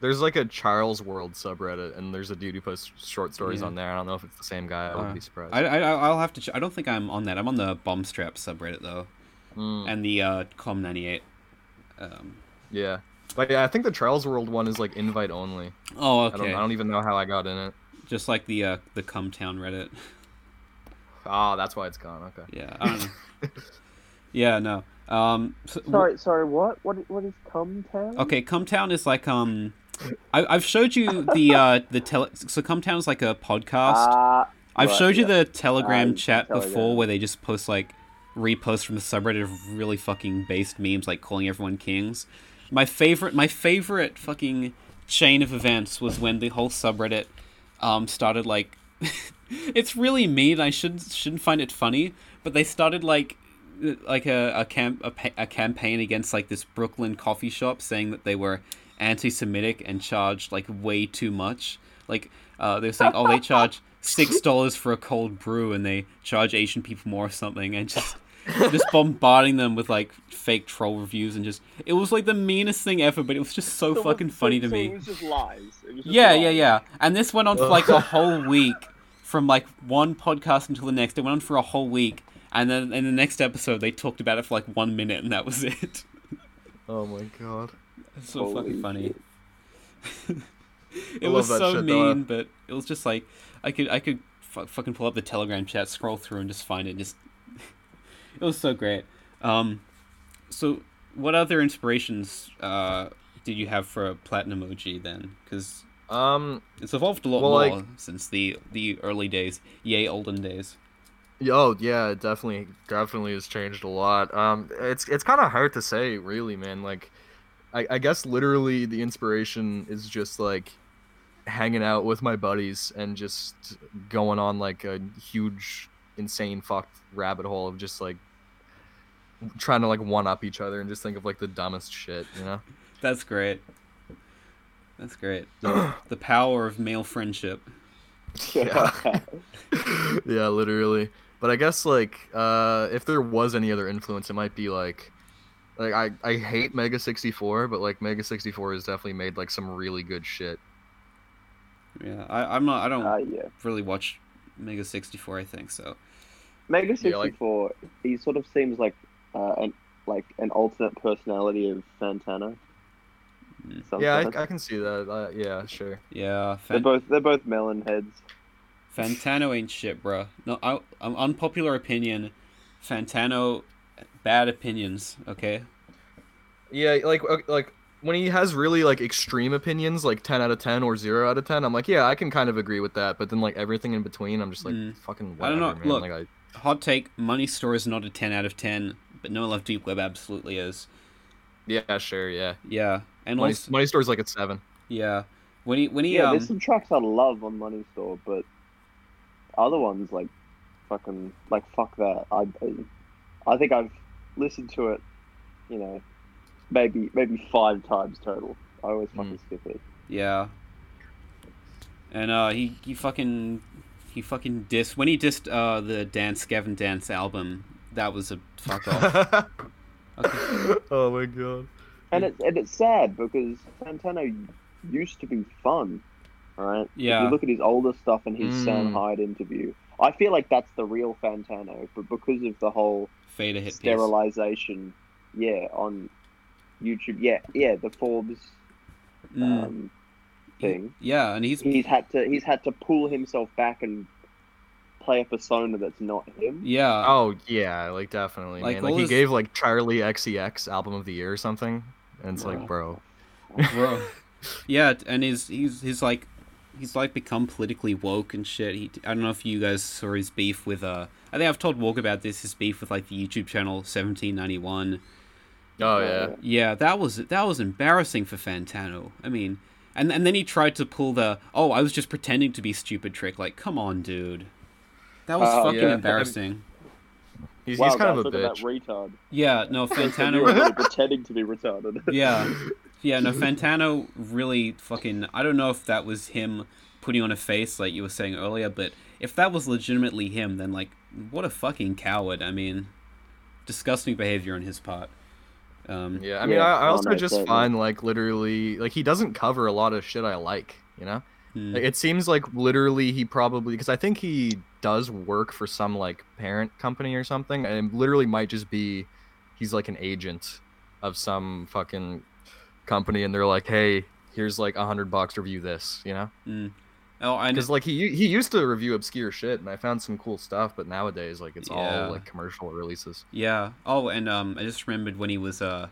there's like a Charles World subreddit, and there's a dude who posts short stories Yeah. on there. I don't know if it's the same guy. I Uh, wouldn't be surprised. I, I I'll have to. Ch- I don't think I'm on that. I'm on the Bombstrap subreddit though, Mm, and the uh, Com98. Um, yeah, but yeah, I think the Charles World one is like invite only. oh, I don't okay. I don't e-, even know how I got in it. Just like the uh, the Cumtown Reddit. Ah, that's why it's gone. Okay. Yeah. I don't know. yeah. No. Um. so- Sorry, sorry. What? What? What is cum town? Okay. Cumtown is like um. I, I've showed you the uh the tele. So Cumtown is like a podcast. Uh, Ah, I've right, showed you yeah. the Telegram Um, chat before Telegram. where they just post like reposts from the subreddit of really fucking based memes like calling everyone kings. My favorite my favorite fucking chain of events was when the whole subreddit um, started like it's really mean. I should shouldn't find it funny, but they started like like a a, camp, a, pa- a campaign against like this Brooklyn coffee shop, saying that they were anti-Semitic and charged like way too much. Like uh, they're saying, oh, they charge six dollars for a cold brew, and they charge Asian people more or something, and just just bombarding them with like fake troll reviews and just it was like the meanest thing ever, but it was just so So what- fucking funny to so me. It was just lies. It was just Yeah, lies. yeah, yeah. And this went on for Ugh. like a whole week, from like one podcast until the next. It went on for a whole week, and then in the next episode they talked about it for like one minute, and that was it. Oh my god. It's so fucking Holy funny. I it was love that so shit, though, uh. mean, but it was just like I could I could fu- fucking pull up the Telegram chat, scroll through, and just find it. Just it was so great. Um, so what other inspirations uh did you have for a platinum OG then? Because Um. it's evolved a lot Well, more like- since the the early days, yay olden days. yeah, Oh yeah, it definitely, definitely has changed a lot. Um, it's it's kind of hard to say, really, man. Like, I, I guess literally the inspiration is just like hanging out with my buddies and just going on like a huge, insane fucked rabbit hole of just like trying to like one up each other and just think of like the dumbest shit, you know? That's great. That's great. The, the power of male friendship. Yeah. yeah, literally. But I guess like uh, if there was any other influence, it might be like like I, I hate Mega sixty four, but like Mega sixty four has definitely made like some really good shit. Yeah, I, I'm not. I don't Ah, yeah. really watch Mega sixty four. I think so. Mega Yeah, sixty like- four. He sort of seems like uh, an like an alternate personality of Santana. Mm. yeah, Sometimes. I, I can see that. Uh, yeah, sure. Yeah, they're Fan- both they're both melon heads. Fantano ain't shit, bruh. No, I, I'm unpopular opinion. Fantano, bad opinions. Okay. Yeah, like o- like when he has really like extreme opinions, like ten out of ten or zero out of ten, I'm like, yeah, I can kind of agree with that. But then like everything in between, I'm just like Mm. fucking I whatever, don't know, man. look, like I, Hot take: Money Store is not a ten out of ten, but No Love Deep Web absolutely is. yeah, sure, yeah. Yeah, and Money, also money store's like at seven. yeah, when he when he Yeah, um, there's some tracks I love on Money Store, but other ones like fucking like fuck that. I I think I've listened to it, you know, maybe maybe five times total. I always fucking skip it. Yeah. And uh, he he fucking he fucking dissed when he dissed uh the Dance Gavin Dance album. That was a fuck off. Okay. oh my god. And it's and it's sad because Santano used to be fun, right? If Yeah. you look at his older stuff and his Sam Mm. Hyde interview, I feel like that's the real Fantano, but because of the whole Fade a hit piece. uh, sterilization, yeah, on YouTube, yeah, yeah, the Forbes Mm, um, thing, yeah, and he's he's had to he's had to pull himself back and play a persona that's not him. yeah Oh yeah, like definitely. Like, man. all like he his- gave like Charlie XEX album of the year or something, and it's Wow. like, bro. bro. yeah, and he's he's he's like he's like become politically woke and shit. He I don't know if you guys saw his beef with uh I think I've told Walk about this his beef with like the YouTube channel 1791. Oh yeah. Yeah, that was that was embarrassing for Fantano. I mean, and and then he tried to pull the oh, I was just pretending to be stupid trick. Like, come on, dude. That was Oh, fucking yeah. embarrassing. He's, wow, he's kind guys, of a look at bitch. that retard. Yeah, no, You were Fantano. really pretending to be retarded. yeah, yeah, no, Fantano really fucking. I don't know if that was him putting on a face like you were saying earlier, but if that was legitimately him, then like, what a fucking coward. I mean, disgusting behavior on his part. Um, Yeah, I mean, Yeah, I, I oh, also no, just totally. find like literally like he doesn't cover a lot of shit I like. You know, hmm. like, it seems like literally he probably because I think he does work for some like parent company or something, and it literally might just be he's like an agent of some fucking company, and they're like, hey, here's like a hundred bucks to review this. You know, Mm. Oh, I know. because like he he used to review obscure shit, and I found some cool stuff, but nowadays like it's Yeah. all like commercial releases. Yeah. Oh, and um, I just remembered when he was uh,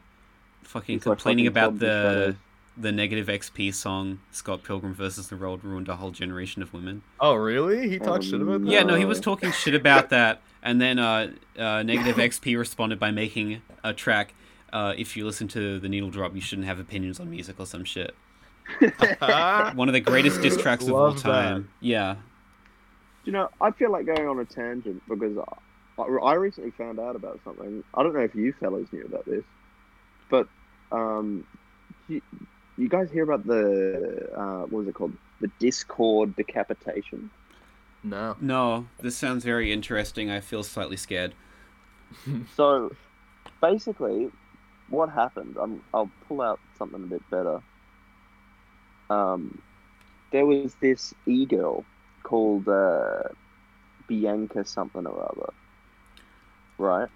fucking He's like complaining fucking about Tom the DeShadow. the negative XP song "Scott Pilgrim versus the World" ruined a whole generation of women. Oh really? He talked Um, shit about that? Yeah, no, he was Oh. talking shit about that, and then uh, uh, negative XP responded by making a track. Uh, if you listen to the needle drop, you shouldn't have opinions on music or some shit. One of the greatest diss tracks of all Love that. time. Yeah. you know, I feel like going on a tangent because I, I recently found out about something. I don't know if you fellas knew about this, but um, you, you guys hear about the uh, what was it called? The Discord decapitation. no. No, this sounds very interesting. I feel slightly scared. So basically, what happened? I'm, I'll pull out something a bit better. Um, there was this e girl called uh, Bianca something or other, right?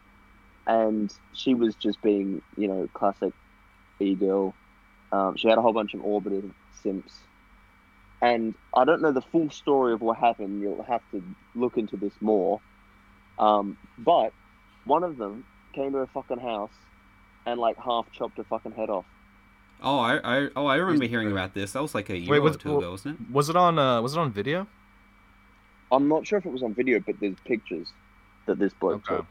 And she was just being, you know, classic e girl. Um, she had a whole bunch of orbited simps. And I don't know the full story of what happened. You'll have to look into this more. Um, but one of them came to her fucking house and like half chopped her fucking head off. Oh, I, I oh I remember hearing about this. That was like a year Wait, or was- two ago, wasn't it? Was it on? Uh, was it on video? I'm not sure if it was on video, but there's pictures that this bloke Okay. took.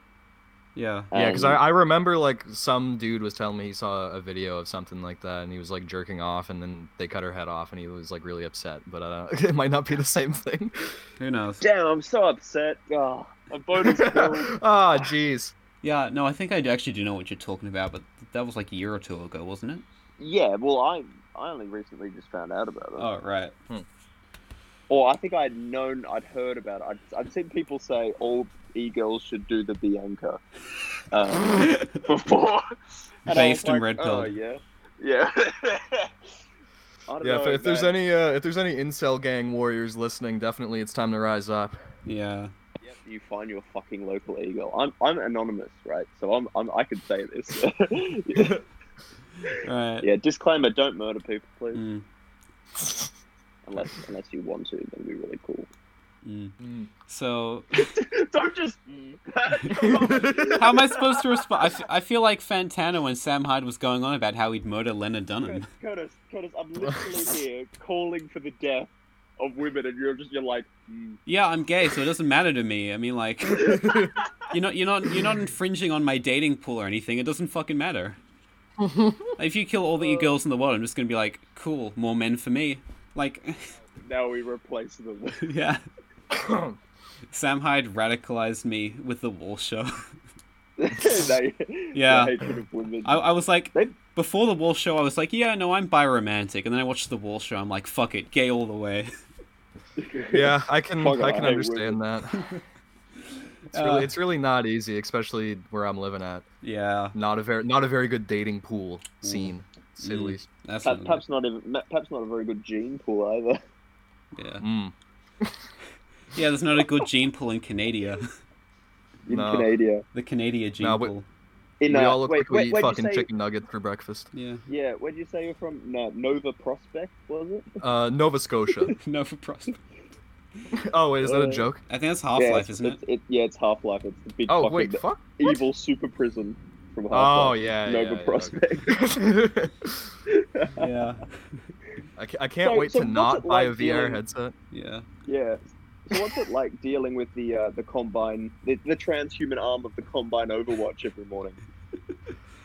Yeah. Yeah, because I, And- I remember like some dude was telling me he saw a video of something like that, and he was like jerking off, and then they cut her head off, and he was like really upset. But uh, it might not be the same thing. Who knows? damn, I'm so upset. Oh, my bonus killed. Ah, jeez. Yeah, no, I think I actually do know what you're talking about, but that was like a year or two ago, wasn't it? yeah, well, I I only recently just found out about it, Oh, right. or I think I'd known, I'd heard about it. I'd, I'd seen people say all e girls should do the Bianca um, before, And I was Based and like, red Oh pill. yeah, yeah. I don't Yeah, if, know, if there's man. any uh, if there's any incel gang warriors listening, definitely it's time to rise up. yeah. Yep, you find your fucking local eagle. I'm I'm anonymous, right? So I'm, I'm I can say this. Right. yeah, disclaimer: don't murder people, please. Mm, Unless unless you want to, that'd be really cool. mm. Hmm. So, don't just. how am I supposed to respond? I, f- I feel like Fantano when Sam Hyde was going on about how he'd murder Lena Dunham. Curtis, Curtis, Curtis, I'm literally here calling for the death of women, and you're just you're like, mm. Yeah, I'm gay, so it doesn't matter to me. I mean, like, you're not, you're not, you're not infringing on my dating pool or anything. It doesn't fucking matter. if you kill all the girls in the world, I'm just gonna be like, cool, more men for me. Like, now we replace them. yeah. Sam Hyde radicalized me with the wall show. they, Yeah. The hatred of women. I, I was like, They- before the wall show, I was like, yeah, no, I'm biromantic. And then I watched the wall show, I'm like, fuck it, gay all the way. Yeah, I can Fuck, I I can hate understand that. It's Uh, really, it's really not easy, especially where I'm living at. yeah, Not a very not a very good dating pool scene, to say the Mm. least. that's Perhaps not perhaps not even perhaps not a very good gene pool either. yeah. Mm. Yeah, there's not a good gene pool in Canada. in No. Canada. The Canada gene No, but- pool. In, we uh, all look wait, like wait, we eat where'd you fucking say- chicken nuggets for breakfast. Yeah, Yeah, where would you say you're from? No, Nova Prospect, was it? Uh, Nova Scotia. no for prospect. oh wait, is that a Uh, joke? I think that's Half yeah, Life, it's, isn't it? it's- yeah, it's Half Life. It's the big Oh fucking wait, fuck. evil super prison from Half Oh Life. yeah, yeah, Nova yeah, Prospect. okay. Yeah, I, ca- I can't So- wait so to what's not it buy a like VR being- headset. yeah. Yeah. So what's it like dealing with the uh, the combine, the, the transhuman arm of the combine Overwatch every morning?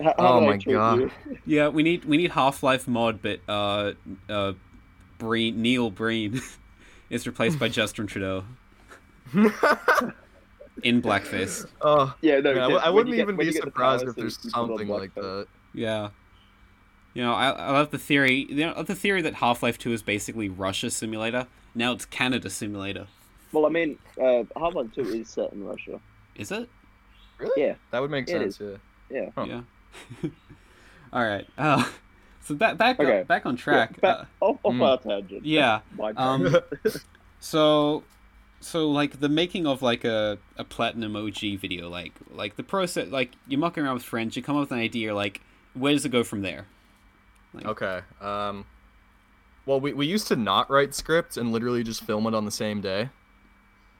How, how Oh did I my treat God. you? Yeah, we need we need Half Life mod, but uh, uh, Breen Neil Breen is replaced by Justin Trudeau in blackface. Oh, Yeah, no. yeah, I just w- I when wouldn't you get- even when be you get the surprised power if there's suit, you put on something like blackface. that. Yeah, you know I, I love the theory. You know, I love the theory that Half Life Two is basically Russia simulator. Now it's Canada simulator. Well, I mean, uh, Half Life Two is set in Russia. Is it? Really? Yeah. That would make It sense. Yeah. Oh. Huh. Yeah. All right. Uh, so back back Okay. back on track. Yeah, but uh, off, off Mm. our tangent. yeah. My Um, bad. so, so like the making of like a, a platinum OG video, like like the process, like you're mucking around with friends, you come up with an idea, like where does it go from there? Okay. Um, well, we, we used to not write scripts and literally just film it on the same day,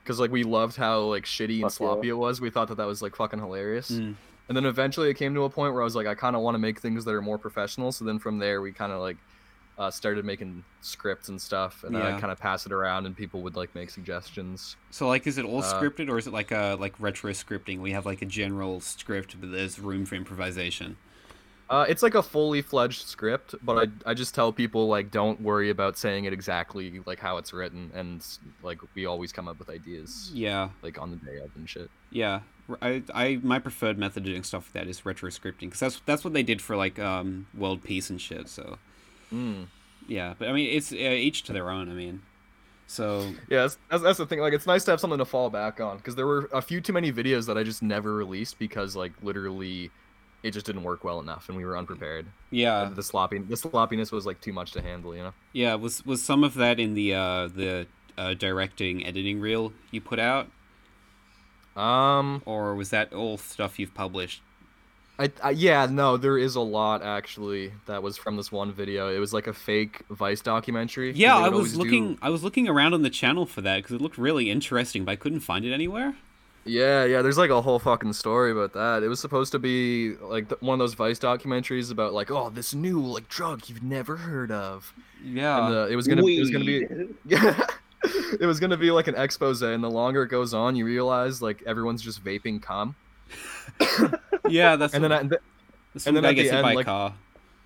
because like we loved how like shitty and Fuck yeah. sloppy it was. We thought that that was like fucking hilarious. Mm. And then eventually it came to a point where I was like, I kind of want to make things that are more professional. So then from there we kind of like uh, started making scripts and stuff, and then Yeah. I kind of pass it around, and people would like make suggestions. So like, is it all Uh, scripted or is it like a like retro scripting? We have like a general script, but there's room for improvisation. Uh, it's like a fully fledged script, but I, I just tell people like don't worry about saying it exactly like how it's written, and like we always come up with ideas Yeah, like on the day of and shit. yeah. R- I, I my preferred method of doing stuff like that is retro scripting because that's that's what they did for like um world peace and shit. So Mm. yeah, but I mean it's uh, each to their own. I mean, so Yeah, that's, that's, that's the thing. Like, it's nice to have something to fall back on because there were a few too many videos that I just never released because like literally, it just didn't work well enough, and we were unprepared. yeah. the sloppy the sloppiness was like too much to handle, you know. Yeah, was was some of that in the uh, the uh, directing editing reel you put out, Um, or was that all stuff you've published? I, I yeah no there is a lot actually that was from this one video it was like a fake vice documentary 'cause Yeah, they I would was always do- looking I was looking around on the channel for that because it looked really interesting, but I couldn't find it anywhere. yeah yeah there's like a whole fucking story about that it was supposed to be like th- one of those vice documentaries about like oh this new like drug you've never heard of Yeah, and uh, it was gonna it was gonna be Weed. yeah it was gonna be like an expose and the longer it goes on you realize like everyone's just vaping cum yeah, that's and then I, th- that's and when then guy at the gets hit end, by a like- car.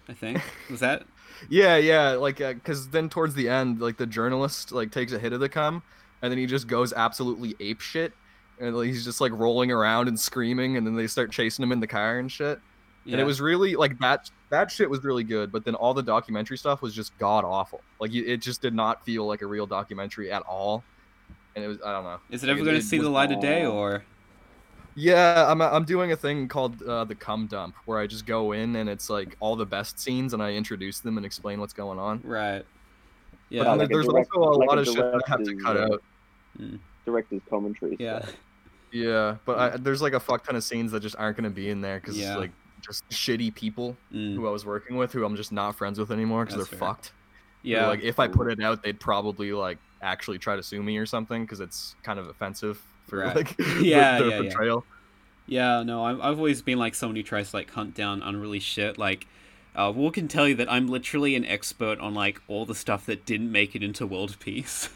I think was that. Yeah, yeah, like because then towards the end, like the journalist like takes a hit of the cum, and then he just goes absolutely ape shit, and like, he's just like rolling around and screaming, and then they start chasing him in the car and shit. Yeah. And it was really like that. That shit was really good, but then all the documentary stuff was just god awful. Like you, it just did not feel like a real documentary at all. And it was I don't know. Is it ever it- going to it see was the light of day, all- or Yeah, I'm I'm doing a thing called uh, the cum dump where I just go in and it's like all the best scenes, and I introduce them and explain what's going on. right? But Yeah, then like a there's direct- also a like a lot of shit that I have to director's, cut uh, out. Director's commentary. yeah, Yeah, but I, there's like a fuck ton of scenes that just aren't gonna be in there because Yeah. like just shitty people Mm. who I was working with who I'm just not friends with anymore because That's they're fair. fucked. They're yeah. Like if I put it out, they'd probably like actually try to sue me or something because it's kind of offensive for Right. like Yeah, their yeah, yeah. portrayal. Yeah, no, I'm, I've always been like someone who tries to like hunt down unreleased shit. Like, uh, Will can tell you that I'm literally an expert on like all the stuff that didn't make it into World Peace.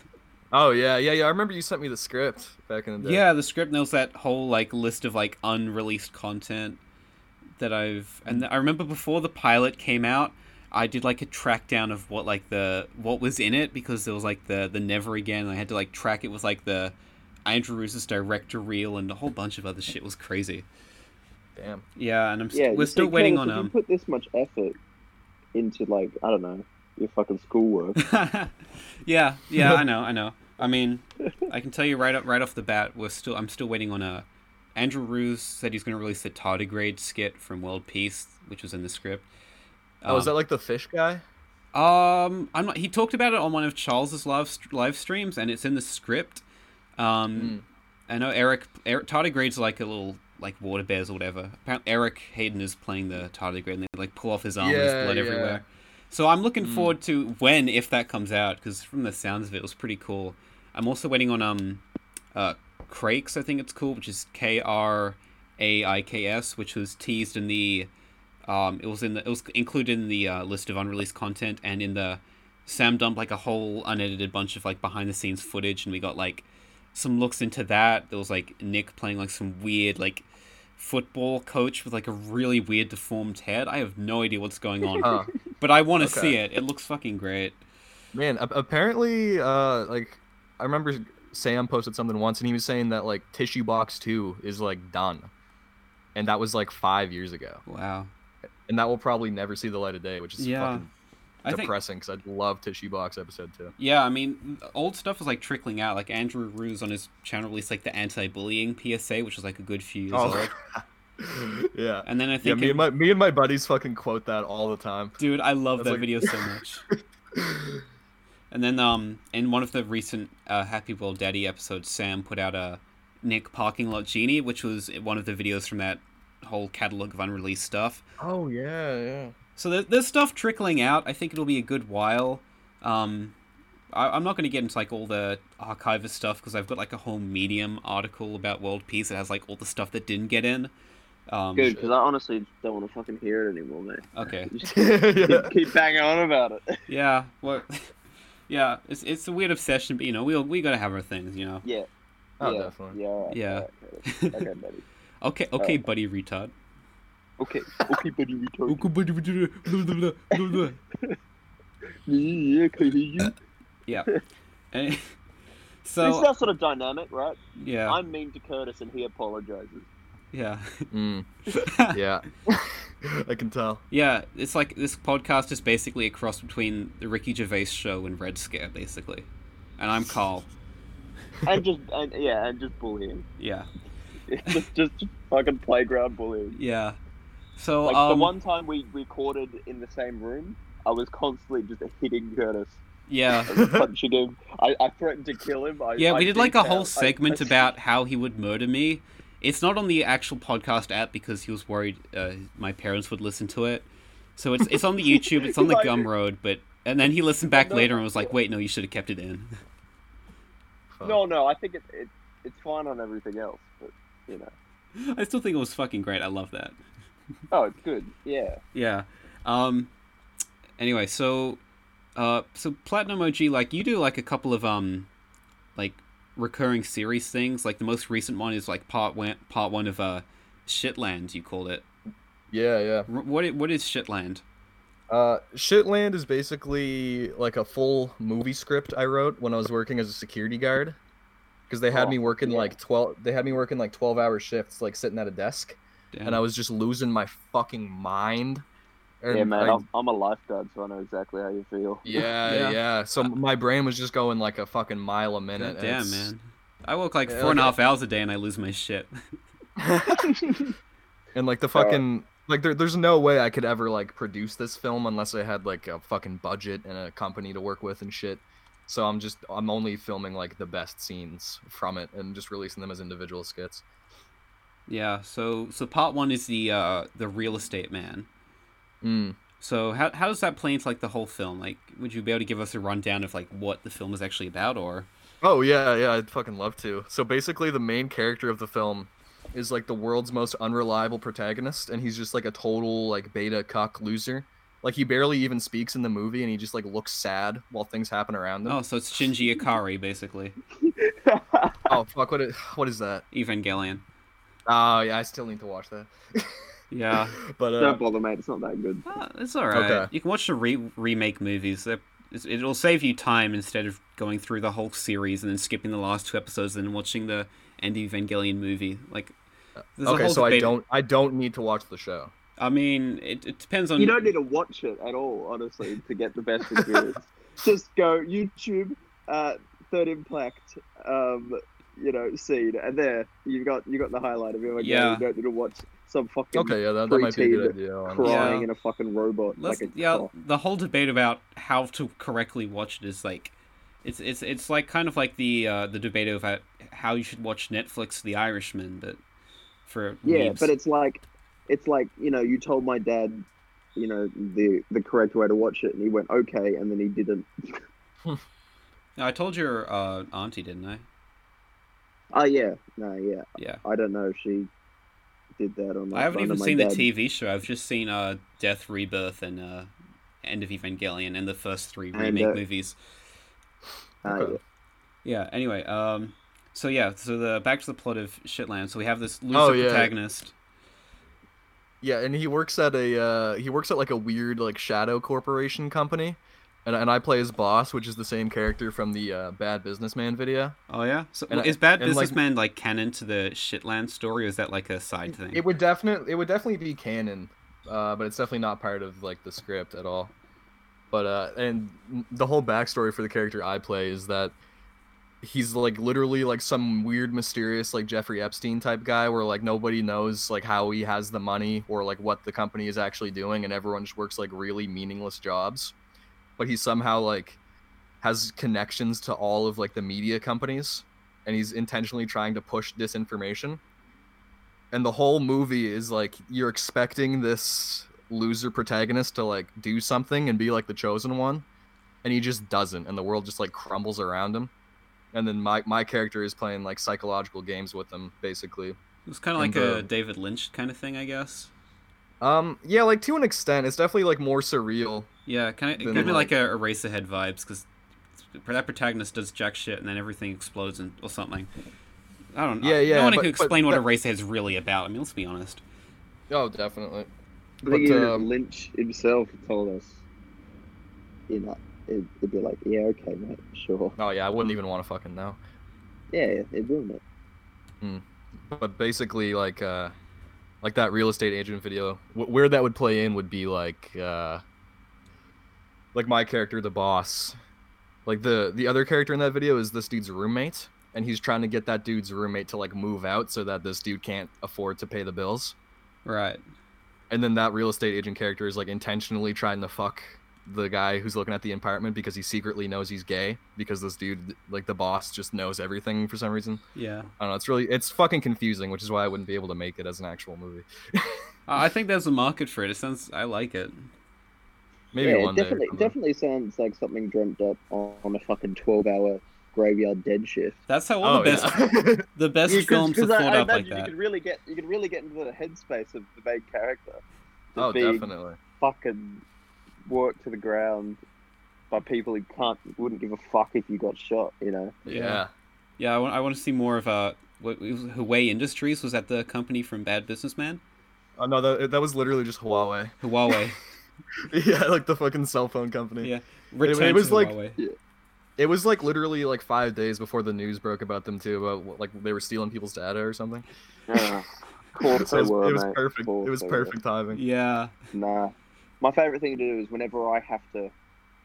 Oh yeah, yeah, yeah. I remember you sent me the script back in the day. yeah, the script nails that whole like list of like unreleased content that I've, and I remember before the pilot came out, I did like a track down of what like the what was in it because there was like the the Never Again. And I had to like track it with like the Andrew Russo's director reel and a whole bunch of other shit It was crazy. Damn. Yeah, and I'm st- Yeah, we're just still think, waiting on Caleb, if um. You put this much effort into like I don't know your fucking schoolwork. yeah, yeah, I know, I know. I mean, I can tell you right up, right off the bat, we're still, I'm still waiting on a. Andrew Ruse said he's going to release the tardigrade skit from World Peace, which was in the script. Oh, is that like the fish guy? Um, I'm not. He talked about it on one of Charles's live st- live streams, and it's in the script. Hmm. Um, I know Eric. Eric tardigrade's like a little like water bears or whatever. Apparently, Eric Hayden is playing the tardigrade, and they like pull off his arm, and Yeah, there's blood yeah. everywhere. So I'm looking Mm. forward to when, if that comes out, because from the sounds of it, it was pretty cool. I'm also waiting on um, uh, Krakes, I think it's cool, which is K R A I K S, which was teased in the um, it was in the it was included in the uh, list of unreleased content and in the Sam dumped like a whole unedited bunch of like behind the scenes footage and we got like some looks into that. There was like Nick playing like some weird like football coach with like a really weird deformed head. I have no idea what's going on, Huh. but I want to Okay. see it. It looks fucking great. Man, ap- apparently, uh, like I remember Sam posted something once, and he was saying that like Tissue Box Two is like done, and that was like five years ago, Wow. and that will probably never see the light of day, which is Yeah. fucking I think depressing because I'd love Tissue Box Episode Two. Yeah, I mean, old stuff was like trickling out. Like Andrew Ruse on his channel released like the anti-bullying PSA, which was like a good few years old. yeah, And then I Oh. yeah. think, Me and my me and my buddies fucking quote that all the time. dude, I love That's that like- video so much. and then, um, in one of the recent uh, Happy World Daddy episodes, Sam put out a Nick Parking Lot Genie, which was one of the videos from that whole catalog of unreleased stuff. Oh yeah, yeah. So there, there's stuff trickling out. I think it'll be a good while. Um, I, I'm not going to get into like all the archivist stuff because I've got like a whole Medium article about world peace that has like all the stuff that didn't get in. Um, Good. Dude, because I honestly don't want to fucking hear it anymore, mate. Okay. yeah. Keep, keep banging on about it. Yeah. What? yeah. It's it's a weird obsession, but you know we we gotta have our things. You know. Yeah. Oh, yeah, definitely. Yeah. all right, Yeah. all right, all right. Okay, buddy. Okay. Okay, buddy retard. Okay. Okay, buddy. We talk. yeah. Yeah, okay, you. And- It's so that sort of dynamic, right? yeah. I'm mean to Curtis and he apologizes. Yeah. Mm, yeah. I can tell. Yeah, it's like this podcast is basically a cross between the Ricky Gervais show and Red Scare, basically. And I'm Carl. And just, and yeah, and just bully him. Yeah, just, just fucking playground bullying. yeah. So Like the um, one time we recorded in the same room, I was constantly just hitting Curtis, yeah, punching him. I, I threatened to kill him. I, yeah. I We did like a out- I- whole segment I- about how he would murder me. It's not on the actual podcast app because he was worried uh, my parents would listen to it. So it's it's on the YouTube. It's on the Like- Gumroad, but and then he listened back No, later and was like, yeah. "Wait, no, you should have kept it in." No, no, I think it, it it's fine on everything else, but you know, I still think it was fucking great. I love that. oh, it's good. Yeah, Yeah. Um. Anyway, so, uh, so Platinum OG, like you do, like a couple of um, like recurring series things. Like the most recent one is like part one, part one of uh, Shitland. You called it. Yeah, yeah. R- what i- what is Shitland? Uh, Shitland is basically like a full movie script I wrote when I was working as a security guard, because they had Oh, me working yeah. like twelve. They had me working like twelve-hour shifts, like sitting at a desk, Damn. and I was just losing my fucking mind. And yeah, man, I- I'm, I'm a lifeguard, so I know exactly how you feel. yeah, Yeah. yeah, So my brain was just going like a fucking mile a minute. God and damn it's- man. I work like Yeah, four and a okay. half hours a day and I lose my shit. And like the Alright. fucking like there, there's no way I could ever like produce this film unless I had like a fucking budget and a company to work with and shit. So I'm just I'm only filming like the best scenes from it and just releasing them as individual skits. yeah. So so part one is the uh the real estate man. Mm. So how how does that play into like the whole film? Like, would you be able to give us a rundown of like what the film is actually about, or? Oh yeah, yeah, I'd fucking love to. So basically the main character of the film is like the world's most unreliable protagonist and he's just like a total like beta cuck loser. Like he barely even speaks in the movie and he just like looks sad while things happen around him. Oh, so it's Shinji Ikari, basically. oh fuck, what is, what is that? Evangelion. Oh yeah, I still need to watch that. Yeah, But uh, Don't bother, mate. It's not that good. Ah, it's all right. Okay. You can watch the re- remake movies. They're- it's- It'll save you time instead of going through the whole series and then skipping the last two episodes and then watching the end Evangelion movie. Like, there's a okay, whole so I debate- don't I don't need to watch the show. I mean, it, it depends on. You don't need to watch it at all, honestly, to get the best experience. Just go YouTube, uh, Third Impact, um, you know, scene, and there you got you got the highlight of him. Again. Yeah. You don't need to watch some fucking Okay, yeah, that, that might be a good Pre-teed idea. honestly. crying Yeah. in a fucking robot. Let's, like a yeah, cock. the whole debate about how to correctly watch it is like, it's it's it's like kind of like the uh, the debate about how you should watch Netflix The Irishman, but for Yeah, weebs. but it's like, it's like you know, you told my dad, you know, the the correct way to watch it, and he went okay, and then he didn't. I told your uh, auntie, didn't I? Oh yeah, no, yeah, Yeah. I don't know if she did that or not. I haven't know even my seen dad- the TV show. I've just seen uh, Death, Rebirth, and uh, End of Evangelion, and the first three And, remake uh, movies. Ah, Okay. Yeah. Anyway, um, so yeah, so the back to the plot of Shitland. So we have this loser Oh, yeah. protagonist. Yeah, and he works at a uh, he works at like a weird like shadow corporation company, and and I play his boss, which is the same character from the uh, Bad Businessman video. Oh yeah. So And I- is Bad and, like- Businessman like, canon to the Shitland story, or is that like a side thing? It would definitely it would definitely be canon, uh, but it's definitely not part of like the script at all. But uh, and the whole backstory for the character I play is that he's like literally like some weird mysterious like Jeffrey Epstein type guy where like nobody knows like how he has the money or like what the company is actually doing and everyone just works like really meaningless jobs. But he somehow like has connections to all of like the media companies and he's intentionally trying to push disinformation and the whole movie is like you're expecting this loser protagonist to like do something and be like the chosen one and he just doesn't and the world just like crumbles around him and then my my character is playing like psychological games with him basically It's kind of like And, uh, a David Lynch kind of thing, I guess. um yeah like to an extent it's definitely like more surreal Yeah, kind of. It Then, gave me like- like a Eraserhead vibes because that protagonist does jack shit and then everything explodes and or something. I don't know. Yeah, yeah, No one but- can but explain what that- Eraserhead's really about. I mean, let's be honest. oh definitely I think But, even um, Lynch himself told us, you know, it, it'd be like, yeah, okay, mate, sure. oh yeah i wouldn't even want to fucking know Yeah, it wouldn't it? but basically like uh like that real estate agent video wh- where that would play in would be like uh like my character the boss like the the other character in that video is this dude's roommate and he's trying to get that dude's roommate to like move out so that this dude can't afford to pay the bills Right. and then that real estate agent character is like intentionally trying to fuck the guy who's looking at the apartment because he secretly knows he's gay because this dude like the boss just knows everything for some reason Yeah. I don't know. It's really it's fucking confusing, which is why I wouldn't be able to make it as an actual movie. I I think there's a market for it. It sounds. I like it. Maybe yeah, one it definitely, day. or something. definitely sounds like something dreamt up on, on a fucking twelve-hour graveyard dead shift. That's how all Oh, the best yeah. the best Yeah, 'cause- films are 'cause I- thought I up like imagine You that. could really get you could really get into the headspace of the main character. oh, Being definitely. Fucking worked to the ground by people who can't wouldn't give a fuck if you got shot. You know. Yeah. Yeah. Yeah, I want, I want to see more of uh, what, it was Huawei Industries was that the company from Bad Businessman? Oh no, that, that was literally just Huawei. Huawei. yeah, like the fucking cell phone company. yeah, Return was to like- Huawei. It was like literally like five days before the news broke about them too, about what- like they were stealing people's data or something. Yeah. Ah, Of course So they it was, were, it was mate. Of perfect. course It was they were. perfect timing. Yeah, Nah. My favorite thing to do is whenever I have to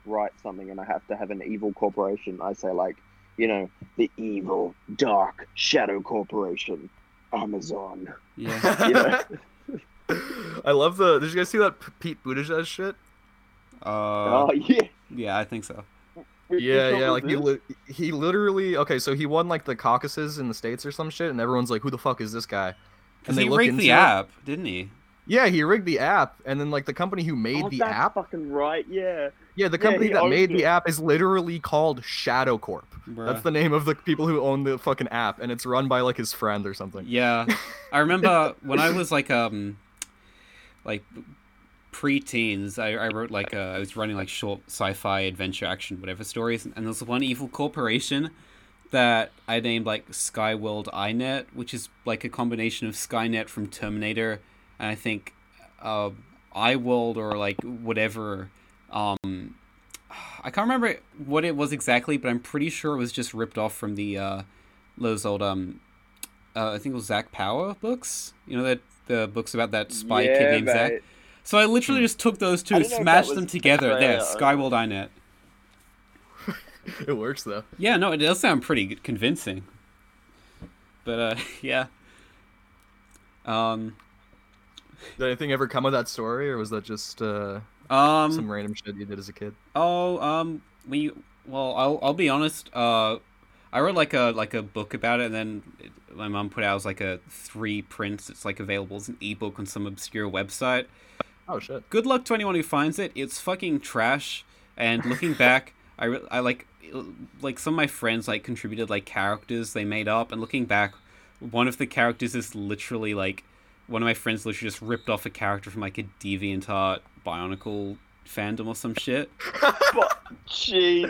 write something and I have to have an evil corporation, I say like, you know, the evil dark shadow corporation, Amazon. yeah. Yeah. I love the. Did you guys see that P- Pete Buttigieg shit? Uh, Oh yeah, yeah, I think so. Which- yeah, which one yeah. was Like he, this? li- he literally. Okay, so he won like the caucuses in the states or some shit, and everyone's like, "Who the fuck is this guy?" Because they he look rigged into it. the app, didn't he? Yeah, he rigged the app, and then like the company who made Oh, the that's app. fucking right. Yeah. Yeah, the yeah, company he that owns made it. the app is literally called Shadow Corp. That's Bruh. the name of the people who own the fucking app, and it's run by like his friend or something. Yeah, I remember when I was like um, like pre-teens, I, I wrote like uh, I was running like short sci-fi adventure action whatever stories, and there was one evil corporation that I named like Skyworld iNet, which is like a combination of Skynet from Terminator and I think uh, iWorld or like whatever. Um, I can't remember what it was exactly, but I'm pretty sure it was just ripped off from the uh, those old um, uh, I think it was Zach Power books. You know that the books about that spy kid Yeah, named Zach. mate. So I literally just took those I two, didn't know if that smashed was them together. There, Australia. Skyworld iNet. It works though. Yeah, no, it does sound pretty convincing. But uh, yeah. Um, Did anything ever come of that story, or was that just uh, um, Mm. some random shit you did as a kid? Oh, um, we well, I'll I'll be honest. Uh, I wrote like a like a book about it, and then it, my mom put out as like a three prints. It's like available as an ebook on some obscure website. Oh shit. Good luck to anyone who finds it. It's fucking trash. And looking back, I re- I like like some of my friends like contributed like characters they made up, and looking back, one of the characters is literally like one of my friends literally just ripped off a character from like a DeviantArt Bionicle fandom or some shit. Gee,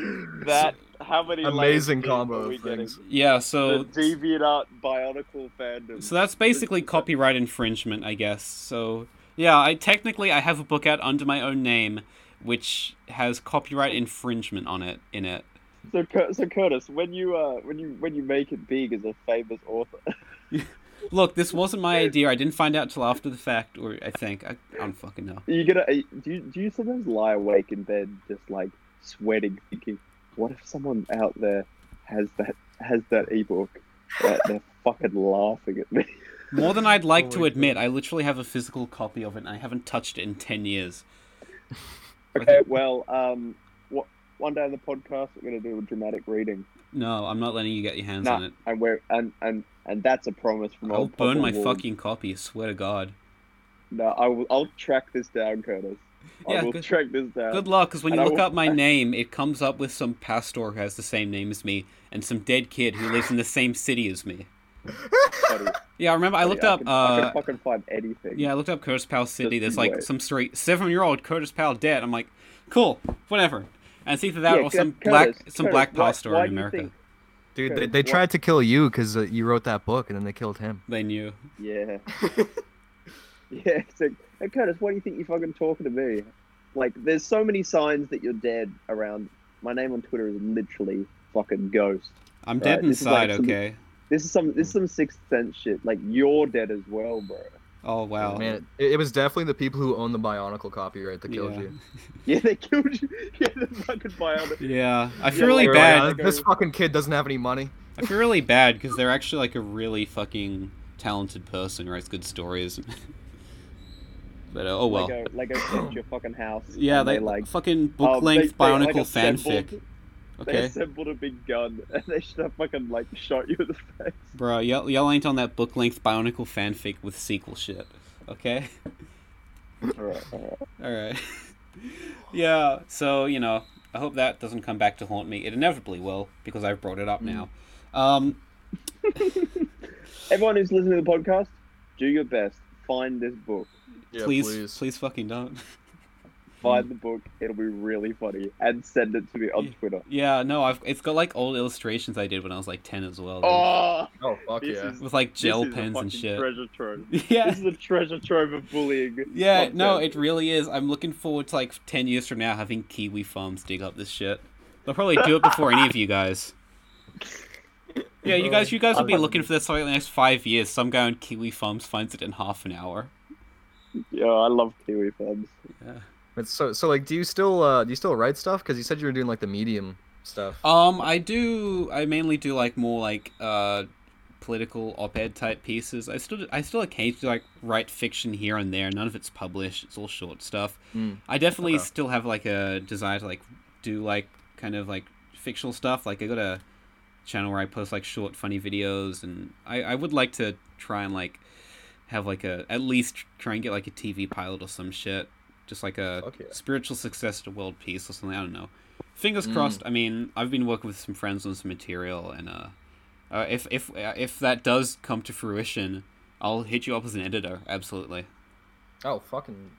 that how many layers Amazing deep are combo we of getting? things. Yeah, The so deviant art bionicle fandom. so that's basically This is a- copyright infringement, I guess. So Yeah, I technically I have a book out under my own name, which has copyright infringement on it. In it, So, Cur- so Curtis, when you uh, when you when you make it big as a famous author, look, this wasn't my idea. I didn't find out till after the fact, or I think I, I don't fucking know. are you gonna are you- do you, do you sometimes lie awake in bed just like sweating, thinking, what if someone out there has that has that ebook? That they're fucking laughing at me. More than I'd like Oh to my admit, I literally have a physical copy of it. and I haven't touched it in ten years. Okay, well, um, what, one day on the podcast we're gonna do a dramatic reading. No, I'm not letting you get your hands Nah, on it. and we're and and and that's a promise from I'll old burn my Papa Wall. fucking copy. Swear to God. No, I will. I'll track this down, Curtis. Yeah, I will good- track this down. Good luck, because when you and I look will- up my name, it comes up with some pastor who has the same name as me and some dead kid who lives in the same city as me. buddy. Yeah, I remember I looked Yeah, up. I can, I uh, can fucking find anything. yeah, I looked up Curtis Powell City. Just There's you like wait. some straight seven-year-old Curtis Powell dead. I'm like, cool, whatever. And it's either that Yeah, or Cur- some Curtis, black some Curtis, black why- pastor why in do you America. think- Dude, Okay, they, they what- tried to kill you because uh, you wrote that book, and then they killed him. They knew. Yeah. yeah. So, hey, Curtis, why do you think you're fucking talking to me? Like, there's so many signs that you're dead around. My name on Twitter is literally fucking ghost. I'm Right, dead this is like inside. some- okay. This is some. This is some sixth sense shit. Like, you're dead as well, bro. Oh wow. Man, it, it was definitely the people who own the Bionicle copyright that killed Yeah. you. Yeah, they killed you. Yeah, the fucking bionic. Yeah, I feel Yeah, really They were like, bad. "Uh, this fucking kid doesn't have any money. I feel really bad because they're actually like a really fucking talented person who writes good stories. but uh, oh well. Lego, Lego sent your fucking house. yeah, and they, like fucking um, book they- length they, like, Bionicle fanfic. assembled- They Okay, assembled a big gun and they should have fucking like shot you in the face. bro, y'all, y'all ain't on that book length Bionicle fanfic with sequel shit. Okay, Alright, alright. all right. yeah, so you know, I hope that doesn't come back to haunt me. It inevitably will because I've brought it up now. Um, Everyone who's listening to the podcast, do your best. Find this book. please, please, fucking don't. Find the book. It'll be really funny. And send it to me on Twitter. yeah, no, I've it's got like old illustrations I did when I was like ten as well. dude. Oh, Oh fuck this yeah. is with like gel this is a pens and fucking shit. Treasure trove. Yeah, This is a treasure trove of bullying. yeah. No, content. it really is. I'm looking forward to like ten years from now having Kiwi farms dig up this shit. They'll probably do it before any of you guys. Yeah, you guys, you guys will be looking for this for like the next five years. Some guy on Kiwi farms finds it in half an hour. Yeah, I love Kiwi fans. It's so so like, do you still uh, do you still write stuff? Because you said you were doing like the medium stuff. Um, I do. I mainly do like more like uh, political op-ed type pieces. I still, I still occasionally like write fiction here and there. None of it's published. It's all short stuff. Mm. I definitely Okay. still have like a desire to like do like kind of like fictional stuff. Like I got a channel where I post like short funny videos, and I I would like to try and like have like a at least try and get like a TV pilot or some shit. Just like a Fuck yeah. spiritual success to world peace or something. I don't know. Fingers Mm. crossed. I mean, I've been working with some friends on some material, and uh, uh if if uh, if that does come to fruition, I'll hit you up as an editor. Absolutely. Oh fucking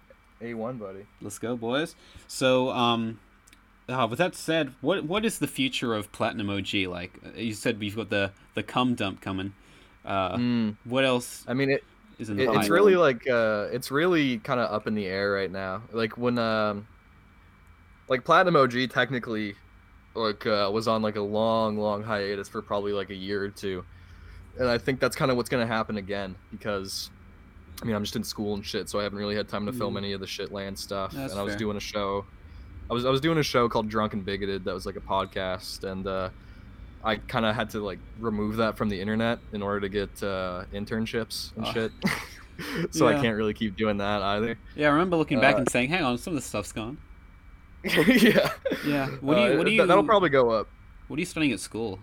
a one, buddy. Let's go, boys. So, um, uh, with that said, what what is the future of Platinum OG like? Uh, You said we've got the the cum dump coming. Uh, Mm. What else I mean, it, is in the it it's pipeline? really like uh, it's really kind of up in the air right now. Like when um, like Platinum OG technically, like uh, was on like a long, long hiatus for probably like a year or two, and I think that's kind of what's gonna happen again because. I mean, I'm just in school and shit, so I haven't really had time to film Mm. any of the shitland stuff. That's and I was fair. doing a show, I was I was doing a show called Drunk and Bigoted that was like a podcast, and uh, I kind of had to like remove that from the internet in order to get uh, internships and Ah. shit. so Yeah. I can't really keep doing that either. yeah. I remember looking back uh, and saying, "Hang on, some of this stuff's gone." yeah. Yeah. What do you What Uh, do th- you that'll probably go up. What are you studying at school?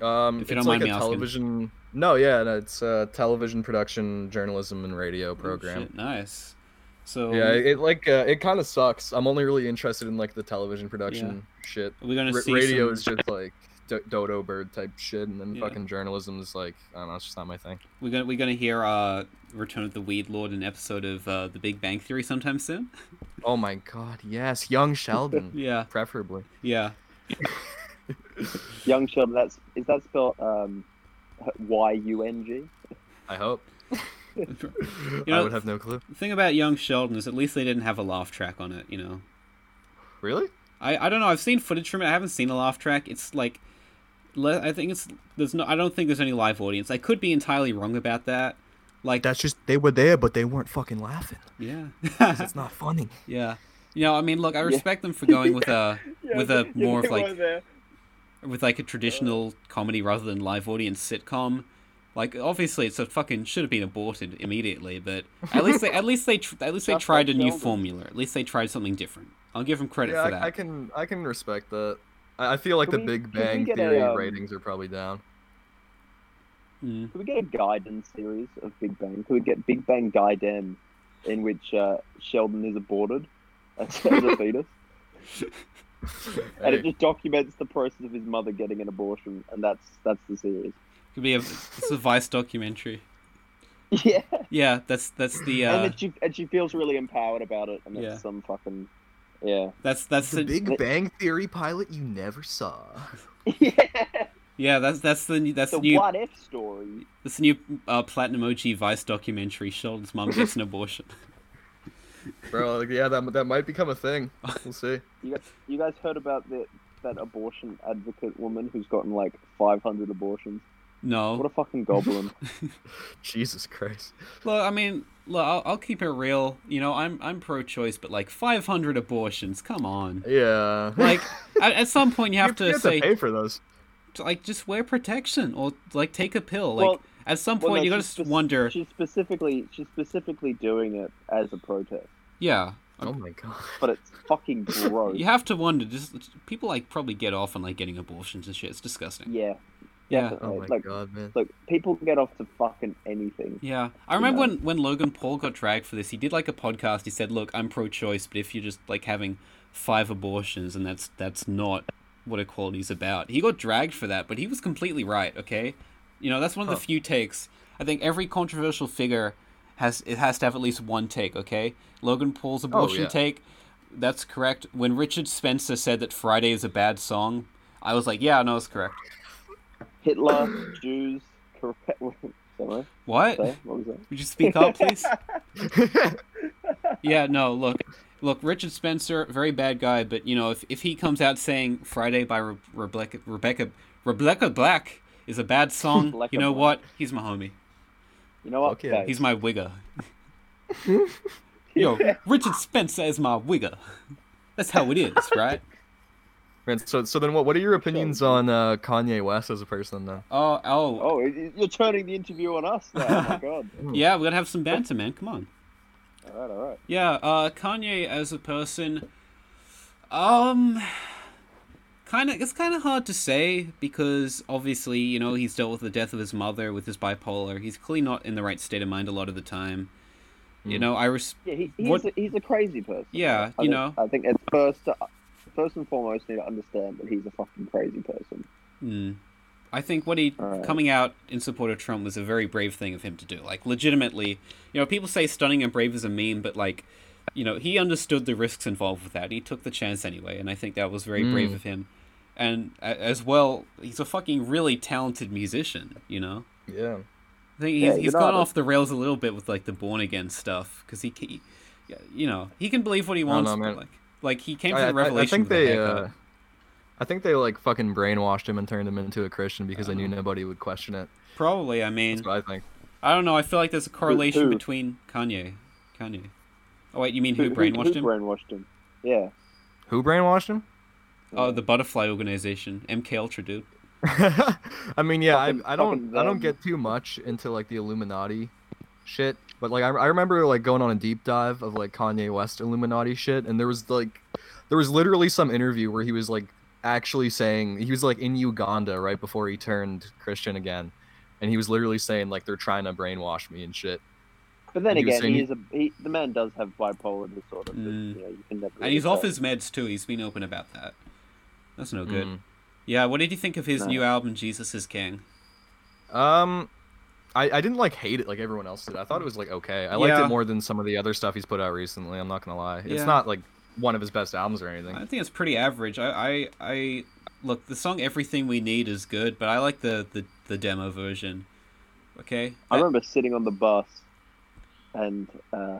Um, If you don't it's like mind a me asking. television. No, yeah, no, it's a television production, journalism, and radio Oh, program. shit, Oh, nice. So yeah, it like uh, it kind of sucks. I'm only really interested in like the television production shit. Are we gonna R- see radio some, is just like do- dodo bird type shit, and then Yeah. fucking journalism is like I don't know, it's just not my thing. We're gonna We're gonna hear uh, Return of the Weed Lord an episode of uh, The Big Bang Theory sometime soon. Oh my god, yes, young Sheldon, Yeah. preferably. Yeah. Young Sheldon, that's is that spelled um, Y U N G? I hope. You I know, would have no clue. the thing about Young Sheldon is at least they didn't have a laugh track on it, you know. Really? I, I don't know. I've seen footage from it. I haven't seen a laugh track. It's like, le- I think it's there's no. I don't think there's any live audience. I could be entirely wrong about that. Like That's just they were there, but they weren't fucking laughing. yeah, 'cause It's not funny. yeah. You know, I mean, look, I respect them for going with a with a more of like with like a traditional comedy rather than live audience sitcom. Like obviously, it's a fucking should have been aborted immediately, but at least they at least they tr- at least they Just tried a like new Sheldon. formula. At least they tried something different. I'll give them credit Yeah, for that. I, I can I can respect that. I, I feel like Can the we- Big can we Bang get a, Theory um, ratings are probably down. Mm. Could we get a guidance series of Big Bang? Could we get Big Bang Gaiden, in which uh, Sheldon is aborted as, as a fetus, and Hey, it just documents the process of his mother getting an abortion, and that's that's the series. Could be a it's a Vice documentary. Yeah, Yeah, that's that's the uh, and that she and she feels really empowered about it, and that's Yeah. some fucking yeah, that's that's The the, Big But- Bang Theory pilot you never saw. yeah. yeah that's that's the new- that's The the new what if story. this new uh, platinum OG Vice documentary. Sheldon's mom gets an abortion. bro, like, yeah, that that might become a thing. We'll see. You guys, you guys heard about the, that abortion advocate woman who's gotten like 500 abortions? What a No, fucking goblin. Jesus Christ. look, I mean, look, I'll, I'll keep it real. You know, I'm I'm pro-choice, but like 500 abortions, come on. Yeah. Like at, at some point you have to say pay for those. like just wear protection or like take a pill. Like Well- at some well, point no, you she's gotta spec- wonder. she's specifically she's specifically doing it as a protest, Yeah, Oh my god. but it's fucking gross. you have to wonder. Just people like probably get off on like getting abortions and shit. It's disgusting. Yeah, Yeah. Oh Right, my like- god, man. look, people get off to fucking anything. Yeah, I remember know? when when Logan Paul got dragged for this. He did like a podcast. He said, "Look, I'm pro-choice, but if you're just like having five abortions, and that's that's not what equality's about." He got dragged for that, but he was completely right. Okay, you know that's one of the Huh. few takes. I think every controversial figure has it has to have at least one take. Okay, Logan Paul's abortion yeah. take, that's correct. When Richard Spencer said that Friday is a bad song, I was like, "Yeah, no, it's correct." Hitler, Jews, correct. Sorry, What? sorry, what was that? Would you speak up, please? yeah, no, look. Look, Richard Spencer, very bad guy, but, you know, if, if he comes out saying Friday by Re- Rebecca, Rebecca, Rebecca Black is a bad song, Rebecca you know Black. what? He's my homie. You know what? Fuck yeah, Dave? He's my wigger. Yo, Richard Spencer is my wigger. That's how it is, right? Man, so so then what what are your opinions on uh, Kanye West as a person now? Oh, oh. Oh, y- y- you're turning the interview on us now. Oh my god. Yeah, we're going to have some banter, man. Come on. All right, all right. Yeah, uh, Kanye as a person, um, kind of it's kind of hard to say because obviously you know he's dealt with the death of his mother with his bipolar. He's clearly not in the right state of mind a lot of the time. You Mm. know, I res- Yeah, he, he's, What- a, he's a crazy person. Yeah, I you think- know. I think at first, uh, first and foremost, you need to understand that he's a fucking crazy person. Mm. I think what he Alright. coming out in support of Trump was a very brave thing of him to do. Like legitimately, you know, people say stunning and brave is a meme, but like, you know, he understood the risks involved with that. And he took the chance anyway, and I think that was very brave Mm. of him. And a- as well, he's a fucking really talented musician. You know, Yeah. I think Yeah, he's, you he's know, gone but- off the rails a little bit with like the born again stuff because he, ca- he, you know, he can believe what he don't wants. know, but, man. like, like he came to I, the I- I revelation. think with a they haircut. uh, I think they like fucking brainwashed him and turned him into a Christian because they knew nobody would question it. probably. Um, I mean, That's what I think. I don't know. I feel like there's a correlation who? between Kanye, Kanye. Oh wait, you mean who, brainwashed who him? brainwashed him? Yeah. Who brainwashed him? oh, the Butterfly Organization, MK Ultra, dude. I mean, yeah, I, Fucking- I don't fucking I don't them. get too much into like the Illuminati shit, but like I, I remember like going on a deep dive of like Kanye West Illuminati shit, and there was like there was literally some interview where he was like actually saying he was like in Uganda right before he turned Christian again, and he was literally saying like they're trying to brainwash me and shit. But then He was again, saying he he- is a he, the man does have bipolar disorder. But, Mm. you know, you can never And he's really off tell. his meds too. He's been open about that. That's no Oh, good. Mm. Yeah. What did you think of his No. new album, Jesus Is King? Um, I, I didn't like hate it like everyone else did. I thought it was like okay. I liked Yeah. it more than some of the other stuff he's put out recently. I'm not gonna lie. It's Yeah. not like one of his best albums or anything. I think it's pretty average. I, I, I look the song "Everything We Need" is good, but I like the the, the demo version. Okay. I remember sitting on the bus and uh,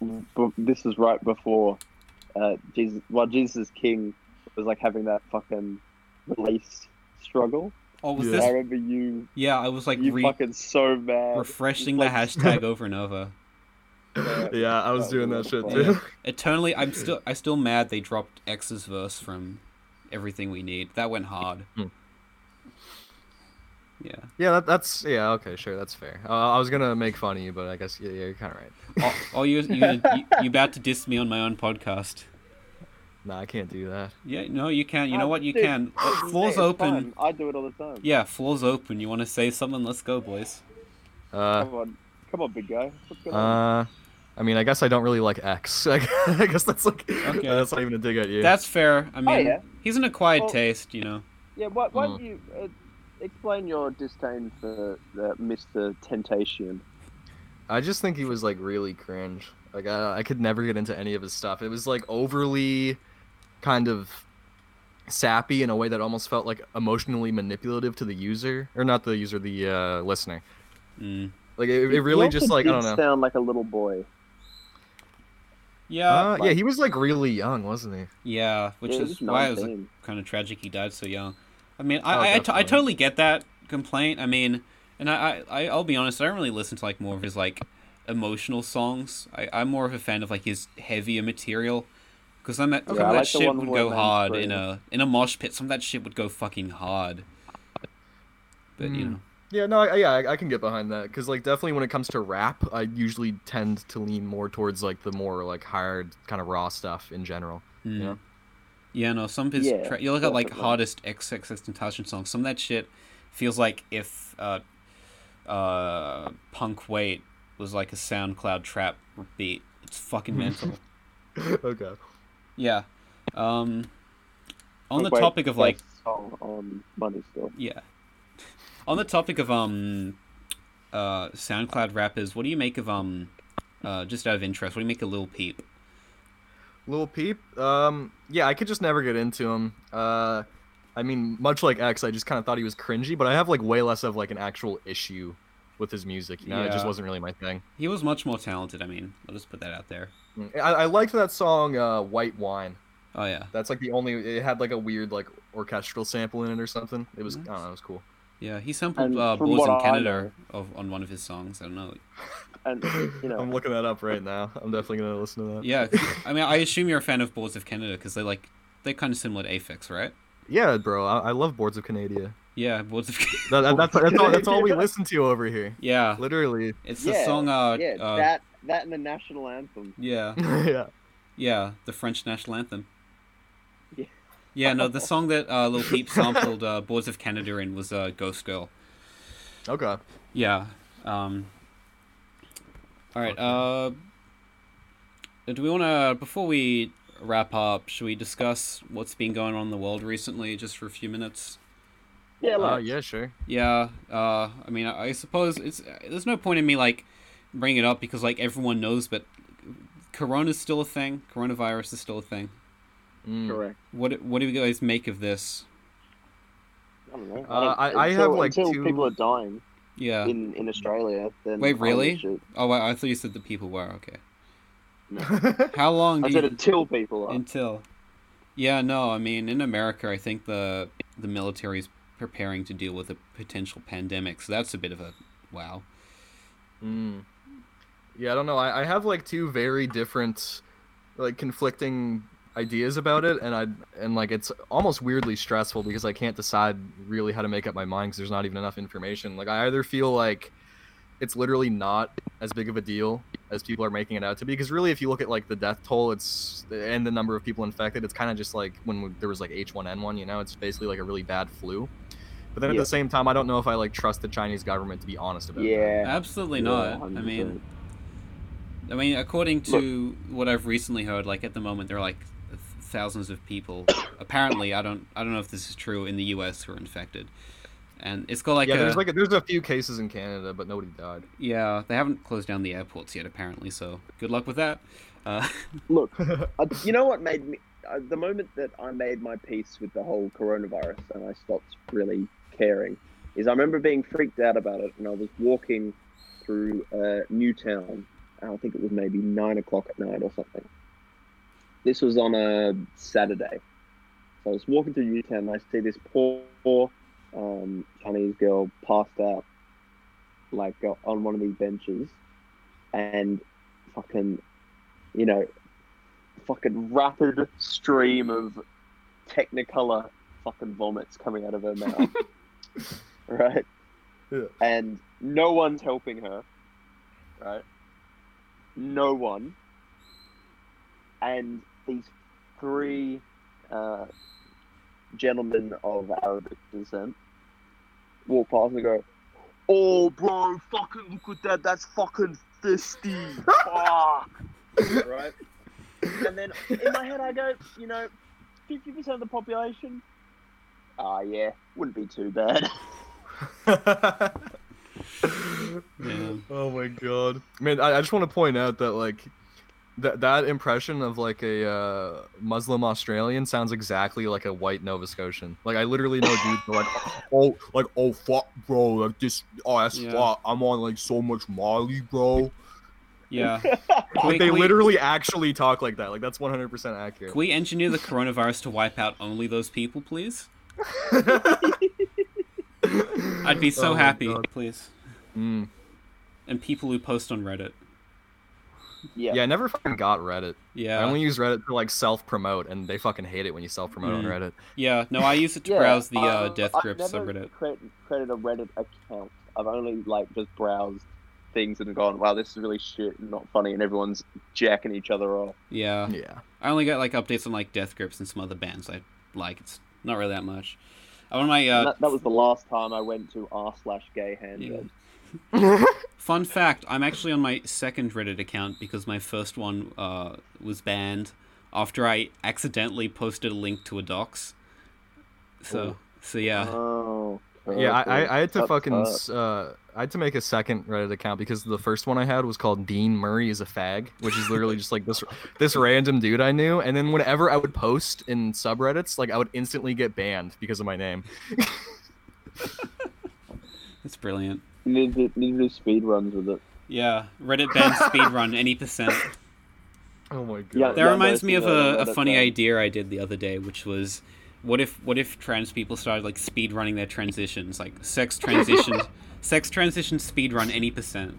b- this was right before uh, Jesus, while Jesus King was like having that fucking release struggle. Oh, was Yeah. I this? remember you, Yeah, I was like you re- fucking so mad, refreshing Like- the hashtag over and over. yeah, I was doing that shit Yeah. too. Eternally, I'm still I still mad they dropped X's verse from everything we need. That went hard. Hmm. Yeah. Yeah, that, that's yeah. Okay, sure, that's fair. Uh, I was gonna make fun of you, but I guess yeah, yeah you're kind of right. Oh, oh you, you you you about to diss me on my own podcast? Nah, I can't do that. Yeah. No, you can. You know Ah, what? You dude. can. Uh, floor's Hey, it's fine. open. I do it all the time. Yeah, floor's open. You want to say something? Let's go, boys. Uh, Come on, come on, big guy. What's going on? uh, I mean, I guess I don't really like X. I guess that's like Okay. that's not even a dig at you. That's fair. I mean, Oh, yeah. he's an acquired Well- taste, you know. Yeah, why, why don't Mm. you uh, explain your disdain for uh, Mr. Temptation? I just think he was like really cringe. Like I, I could never get into any of his stuff. It was like overly kind of sappy in a way that almost felt like emotionally manipulative to the user or not the user, the uh, listener. Mm. Like it, He it really also just like I did don't know. Sound like a little boy. Yeah, Uh, yeah, he was like really young, wasn't he? yeah. Which Yeah, he is was why it was 19. kind of tragic. He died so young. I mean, I Oh, I, I, t- I definitely. totally get that complaint. I mean, and I, I I- I'll be honest. I don't really listen to like more of his like emotional songs. I I'm more of a fan of like his heavier material. Because I'm at, some Yeah, I of that like the shit one would where go Man's hard in Free. a in a mosh pit. Some of that shit would go fucking hard. But you Hmm. know, Yeah, no, I, yeah, I, I can get behind that because, like, definitely when it comes to rap, I usually tend to lean more towards like the more like hard kind of raw stuff in general. Mm. Yeah. Yeah, no, some of his. Yeah, tra- you look at like definitely. hardest XXXTentacion songs. Some of that shit feels like if uh, uh, Punk Wait was like a SoundCloud trap beat. It's fucking mental. okay. yeah. Um, on the Wait, topic of like, best song on "Oh, um, money still. yeah, on the topic of um, uh, SoundCloud rappers, what do you make of um, uh, just out of interest, what do you make of Lil Peep? Lil Peep. Um, yeah, I could just never get into him. Uh, I mean, much like X, I just kind of thought he was cringy, but I have like way less of like an actual issue with his music. You know, it Yeah. just wasn't really my thing. He was much more talented. I mean, I'll just put that out there. Mm. I, I liked that song, uh, White Wine. Oh yeah, That's like the only. It had like a weird like orchestral sample in it or something. It was. I don't know. It was cool. Yeah, he sampled And uh, from Boards what in I Canada of, on one of his songs. I don't know. And you know, I'm looking that up right now. I'm definitely gonna listen to that. Yeah, I mean, I assume you're a fan of Boards of Canada because they like they're kind of similar to Aphex, right? Yeah, bro. I, I love Boards of Canadia. Yeah, Boards of Canada. That, that- that's, that's, all, that's all we listen to over here. Yeah, Literally. it's the Yeah, song. Uh, yeah, uh, that that and the national anthem. yeah, yeah. yeah, the French national anthem. Yeah. Yeah, no, the song that uh, Lil Peep sampled uh, Boards of Canada in was uh, Ghost Girl. Okay. Yeah. Um, all right. Uh, do we want to, before we wrap up, should we discuss what's been going on in the world recently, just for a few minutes? Yeah, Uh, like, yeah, sure. Yeah. Uh, I mean, I I suppose it's there's no point in me like bringing it up because like everyone knows, but Corona's still a thing. Coronavirus is still a thing. Mm. correct. What what do you guys make of this? I don't know. Uh, don't- I- I have, until- like, until two- people are dying Yeah. in in Australia. Then Wait, I don't really? give a shit. Oh, I, I thought you said the people were okay. No. How long? I do said you... until people are. until yeah no i mean in america i think the the military is preparing to deal with a potential pandemic so that's a bit of a wow Mm. Yeah, I don't know. I, I have like two very different, like conflicting ideas about it, and I and like it's almost weirdly stressful because I can't decide really how to make up my mind because there's not even enough information. Like I either feel like it's literally not as big of a deal as people are making it out to be because really if you look at like the death toll it's and the number of people infected it's kind of just like when we- there was like h1n1 you know it's basically like a really bad flu but then at Yeah. the same time i don't know if i like trust the chinese government to be honest about that. Yeah. absolutely Yeah, not i 100%. mean i mean according to what i've recently heard like at the moment there are like th- thousands of people apparently i don't i don't know if this is true in the us who are infected and it's got like yeah, a, there's like a, there's a few cases in Canada, but nobody died. yeah they haven't closed down the airports yet apparently so good luck with that uh, Look, I, you know what made me uh, the moment that I made my peace with the whole coronavirus and I stopped really caring is I remember being freaked out about it and I was walking through uh, Newtown. I think it was maybe nine o'clock at night or something. This was on a Saturday. So I was walking through Newtown and I see this poor, poor um, Chinese girl passed out, like uh, on one of these benches, and fucking, you know, fucking rapid stream of Technicolor fucking vomits coming out of her mouth. right? Yeah. And no one's helping her. Right? No one. And these three uh, gentlemen of Arabic descent walk past and go, Oh, bro, fucking look at that. That's fucking thirsty. Fuck. right? And then in my head, I go, you know, 50% of the population. Ah, yeah, wouldn't be too bad. Yeah. Oh my god. Man, I, I just want to point out that like that that impression of like a uh, Muslim Australian sounds exactly like a white Nova Scotian. Like I literally know dudes who are like oh like oh fuck bro like this oh that's Yeah. fuck I'm on like so much Molly bro. Yeah. Like Can they we- literally actually talk like that. Like that's 100% accurate. Can we engineer the coronavirus to wipe out only those people, please? I'd be so Oh my happy, God. please. Mm. And people who post on Reddit. Yeah. Yeah, I never fucking got Reddit. Yeah. I only use Reddit to like self promote, and they fucking hate it when you self promote on Mm. Reddit. Yeah, no, I use it to Yeah, browse the uh, um, Death I've Grip never subreddit. Cre- created a Reddit account. I've only like just browsed things and gone, wow, this is really shit and not funny, and everyone's jacking each other off. Yeah. Yeah. I only got like updates on like Death Grips and some other bands I like. It's not really that much. Uh, One of my And uh, that, that was the last time I went to r slash gay hand. Yeah. jobs. fun fact: I'm actually on my second Reddit account because my first one uh, was banned after I accidentally posted a link to a docs. So, so yeah, Oh. Yeah, I, perfect. I, I had to That's fucking up. s- uh, I had to make a second Reddit account because the first one I had was called Dean Murray is a fag, which is literally just like this this random dude I knew. And then whenever I would post in subreddits, like I would instantly get banned because of my name. it's brilliant. Need to, need to do speed runs with it. Yeah, Reddit banned speedrun any percent. Oh my Yeah, That yeah, reminds me of basically, a, uh, a that- funny that- idea I did the other day, which was, what if what if trans people started like speed running their transitions, like sex transition, sex transition speed run any percent.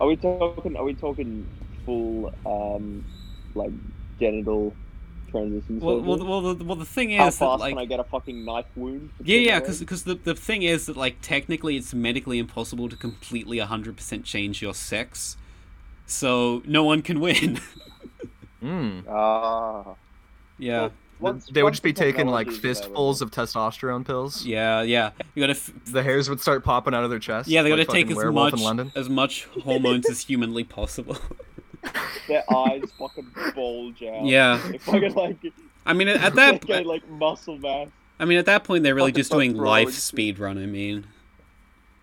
Are we talking? Are we talking full, um, like genital transition? Well, well, surgery? the- well, the, well, the thing How is that fast like, can I get a fucking knife wound? yeah, between yeah, my because legs? the the thing is that like technically it's medically impossible to completely hundred percent change your sex, so no one can win. Mm. ah, yeah, once- they would once just be the taking like technology's available. fistfuls of testosterone pills. yeah, yeah. You gotta. F- The hairs would start popping out of their chest. yeah, they like gotta take fucking as werewolf much in London. as much hormones as humanly possible. Their eyes fucking bulge out. yeah, If I could like I mean at that, that get like muscle mass. I mean, at that point, they're really Fucking just doing fuck, bro, life it's- speed run. I mean,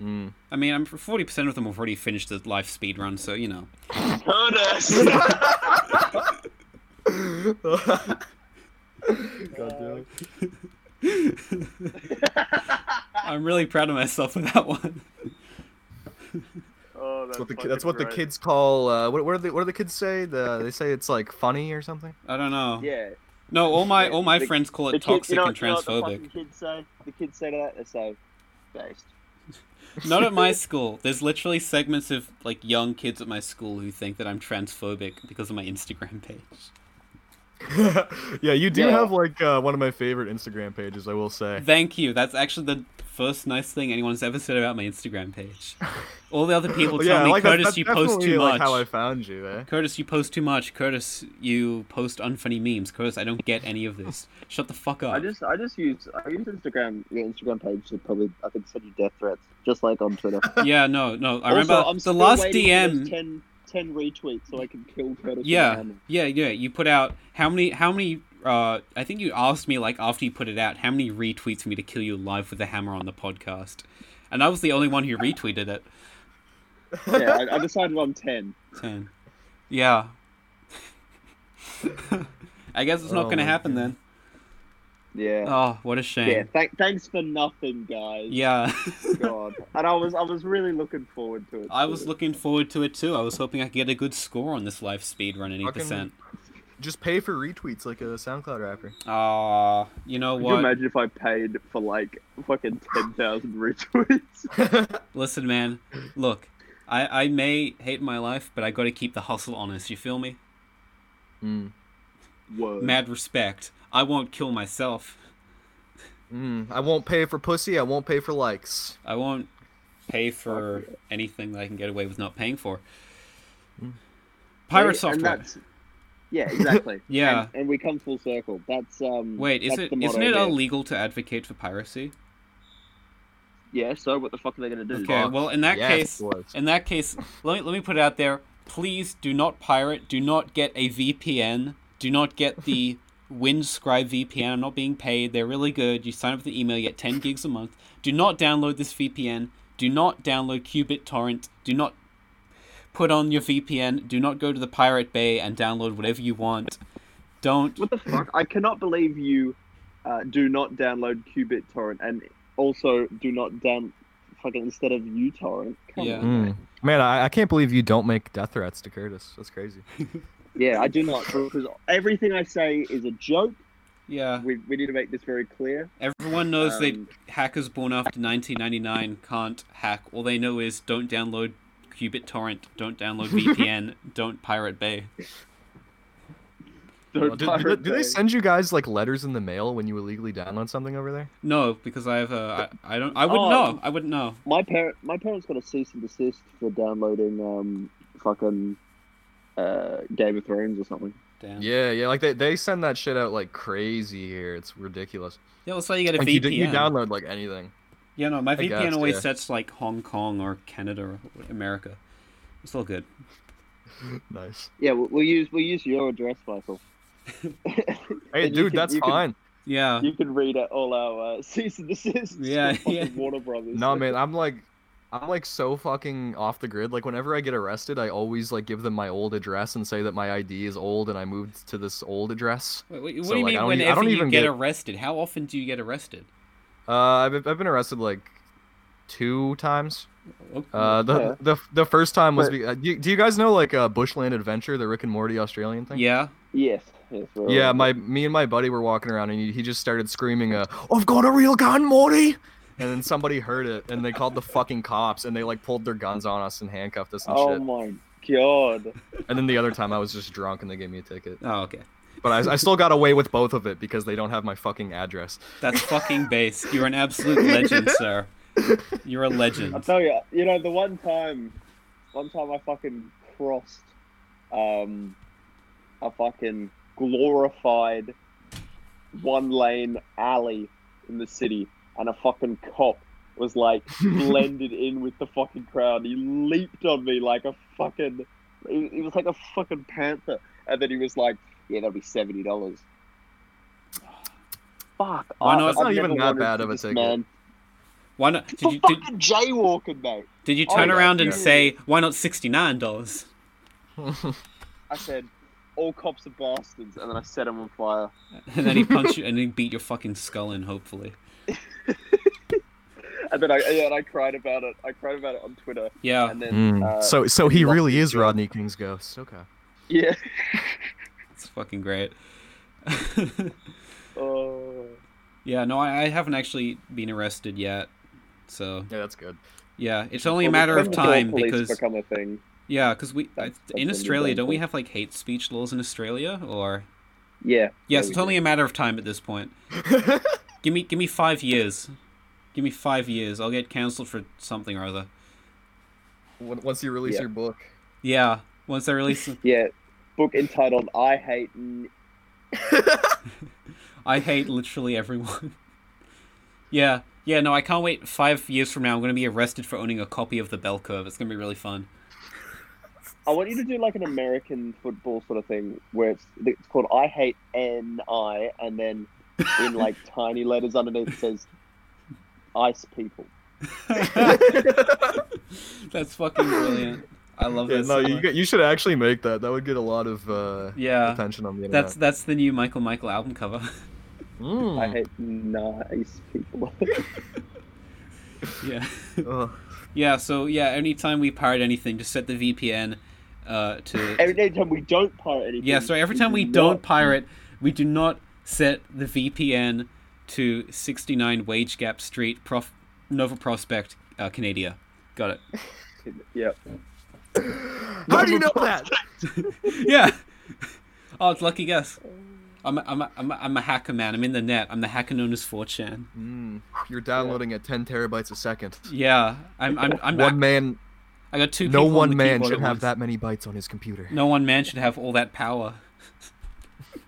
Mm. I mean, I'm forty percent of them have already finished the life speed run, so you know. Curtis. God damn it. I'm really proud of myself for that one. oh, That's what the, ki- that's what the kids call. Uh, what, what, are the, what do the kids say? The, they say it's like funny or something. I don't know. Yeah. No, all my all my The- friends call The it kid- you toxic know- and you know what the transphobic. fucking kids say? The kids say to that, they say, "Based." Not at my school. There's literally segments of like young kids at my school who think that I'm transphobic because of my Instagram page. yeah, you do Yeah. have like uh, one of my favorite Instagram pages, I will say. Thank you. That's actually the first nice thing anyone's ever said about my Instagram page. All the other people Well, tell me, that's- Curtis, that's you post definitely, too like, much. how I found you eh? there. Curtis, you post too much. Curtis, you post unfunny memes. Curtis, I don't get any of this. Shut the fuck up. I just, I just use, I use Instagram, your Instagram page to probably, I think, send you death threats, just like on Twitter. Yeah, no, no. I Also, remember I'm the still last waiting for those DM. 10, 10 retweets so I can kill Curtis. Yeah, Mann. yeah, yeah. You put out how many? How many? Uh, I think you asked me like after you put it out, how many retweets for me to kill you live with a hammer on the podcast, and I was the only one who retweeted it. yeah. I, I decided on ten. Ten. Yeah. I guess it's not Oh gonna my happen then. Yeah. Oh, what a shame. yeah. Th- thanks for nothing, guys. Yeah. God. And I was I was really looking forward to it. I too. was looking forward to it too. I was hoping I could get a good score on this life speed run any Fucking- percent. Just pay for retweets like a SoundCloud rapper. Ah, you know Could what? you imagine if I paid for like fucking ten thousand retweets? Listen, man. Look, I I may hate my life, but I got to keep the hustle honest. You feel me? Mm. Whoa. Mad respect. I won't kill myself. Mm. I won't pay for pussy. I won't pay for likes. I won't pay for anything that I can get away with not paying for. Pirate Wait, software. And that's, yeah, exactly. Yeah. And, and we come full circle. That's um. Wait, is that's it the isn't motto it here. illegal to advocate for piracy? Yeah. So what the fuck are they gonna do? Okay, well in that yes, case it was. in that case, let me let me put it out there. Please do not pirate, do not get a VPN, do not get the Windscribe VPN. I'm not being paid. They're really good. You sign up for the email, you get 10 gigs a month. Do not download this VPN. Do not download Qubit Torrent. Do not put on your VPN. Do not go to the Pirate Bay and download whatever you want. Don't What the fuck? I cannot believe you uh, do not download Qubit Torrent and also do not down fucking instead of uTorrent. Come Yeah. on. Mm. Man, I, I can't believe you don't make death threats to Curtis. That's crazy. Yeah, I do not because everything I say is a joke. yeah. We, we need to make this very clear. Everyone knows Um, that hackers born after 1999 can't hack. All they know is don't download Qubit Torrent, don't download VPN, don't Pirate Bay. Do, Don't do- pirate do they Bay. send you guys like letters in the mail when you illegally download something over there? No, because I have uh, I, I don't. I wouldn't Oh. know. I wouldn't know. my parent my parents got a cease and desist for downloading um fucking uh Game of Thrones or something. Damn. Yeah. Yeah, yeah. Like they, they send that shit out like crazy here. It's ridiculous. That's why you get a Like VPN. you, d- E you download like anything. yeah. No, my VPN guess, always yeah. sets like Hong Kong or Canada or America. It's all good. Nice. Yeah, we'll, we'll use we'll use your address, Michael. Hey, And you dude, can- that's you can- fine. Yeah. You can read out all our uh, cease and desist. Yeah, yeah. Water Brothers. No, man, I'm like, I'm like so fucking off the grid. Like whenever I get arrested, I always like give them my old address and say that my ID is old and I moved to this old address. Wait, wait, what So, do you like, mean? I don't e- I whenever don't you even get, get- arrested, how often do you get arrested? Uh, I've I've been arrested like two times. Okay. Uh, the Yeah. the the first time was. But- be- uh, do, you, do you guys know like uh, Bushland Adventure, the Rick and Morty Australian thing? yeah. Yes. yes we're Yeah, all- my me and my buddy were walking around and he, he just started screaming, uh, "I've got a real gun, Morty!" And then somebody heard it and they called the fucking cops and they like pulled their guns on us and handcuffed us and Oh shit. my god. And then the other time I was just drunk and they gave me a ticket, Oh, okay. but I, I still got away with both of it because they don't have my fucking address. That's fucking base. You're an absolute legend, sir. You're a legend. I tell you, you know, the one time, one time I fucking crossed, um, a fucking glorified one lane alley in the city, and a fucking cop was like blended in with the fucking crowd. He leaped on me like a fucking, he he was like a fucking panther, and then he was like, "Yeah, that'll be seventy dollars." Fuck! Why I- not? It's I've not even never that wanted bad to of a this ticket. Man. Why not? Did For you did, fucking jaywalking, mate. did you Oh, turn yeah, around and yeah. say why not sixty nine dollars? I said, all cops are bastards, and then I set him on fire. And then he punched you and he beat your fucking skull in. Hopefully, And then I yeah, and I cried about it. I cried about it on Twitter. yeah. And then Mm. uh, so so he lost really his is job. Rodney King's ghost. Okay. yeah. It's fucking great. Oh. yeah, no, I, I haven't actually been arrested yet. So Yeah, that's good. yeah, it's only Well, a matter of criminal time police because become a thing. yeah, because we I, That's- that's in what Australia we've done don't we for- have like hate speech laws in Australia or Yeah. yes, we it's do. only a matter of time at this point. give me give me five years. Give me five years. I'll get cancelled for something or other. When- Once you release Yeah. your book. Yeah, once I release, Yeah. Book entitled "I Hate." N- I hate literally everyone. yeah, yeah. No, I can't wait. Five years from now, I'm gonna be arrested for owning a copy of the Bell Curve. It's gonna be really fun. I want you to do like an American football sort of thing where it's it's called "I Hate N I," and then in like tiny letters underneath it says "Ice People." That's fucking brilliant. I love Yeah, that. no, so you much. get- you should actually make that. That would get a lot of uh, yeah. attention on the internet. That's that's the new Michael Michael album cover. Mm. I hate nice people. Yeah. Ugh. Yeah, so yeah, anytime we pirate anything, just set the VPN uh, to. every day time we don't pirate anything. yeah, sorry, every time we do don't not- pirate, we do not set the VPN to 69 Wage Gap Street, Prof- Nova Prospect, uh, Canada. Got it. Yeah. How do you know that? yeah. Oh, it's lucky guess. I'm a, I'm, a, I'm, a, I'm a hacker man. I'm in the net. I'm the hacker known as 4chan. Mm. You're downloading at 10 terabytes a second. Yeah, I'm I'm, I'm One man, I got two. no people on one the man keyboard should at have once. that many bytes on his computer. No one man should have all that power.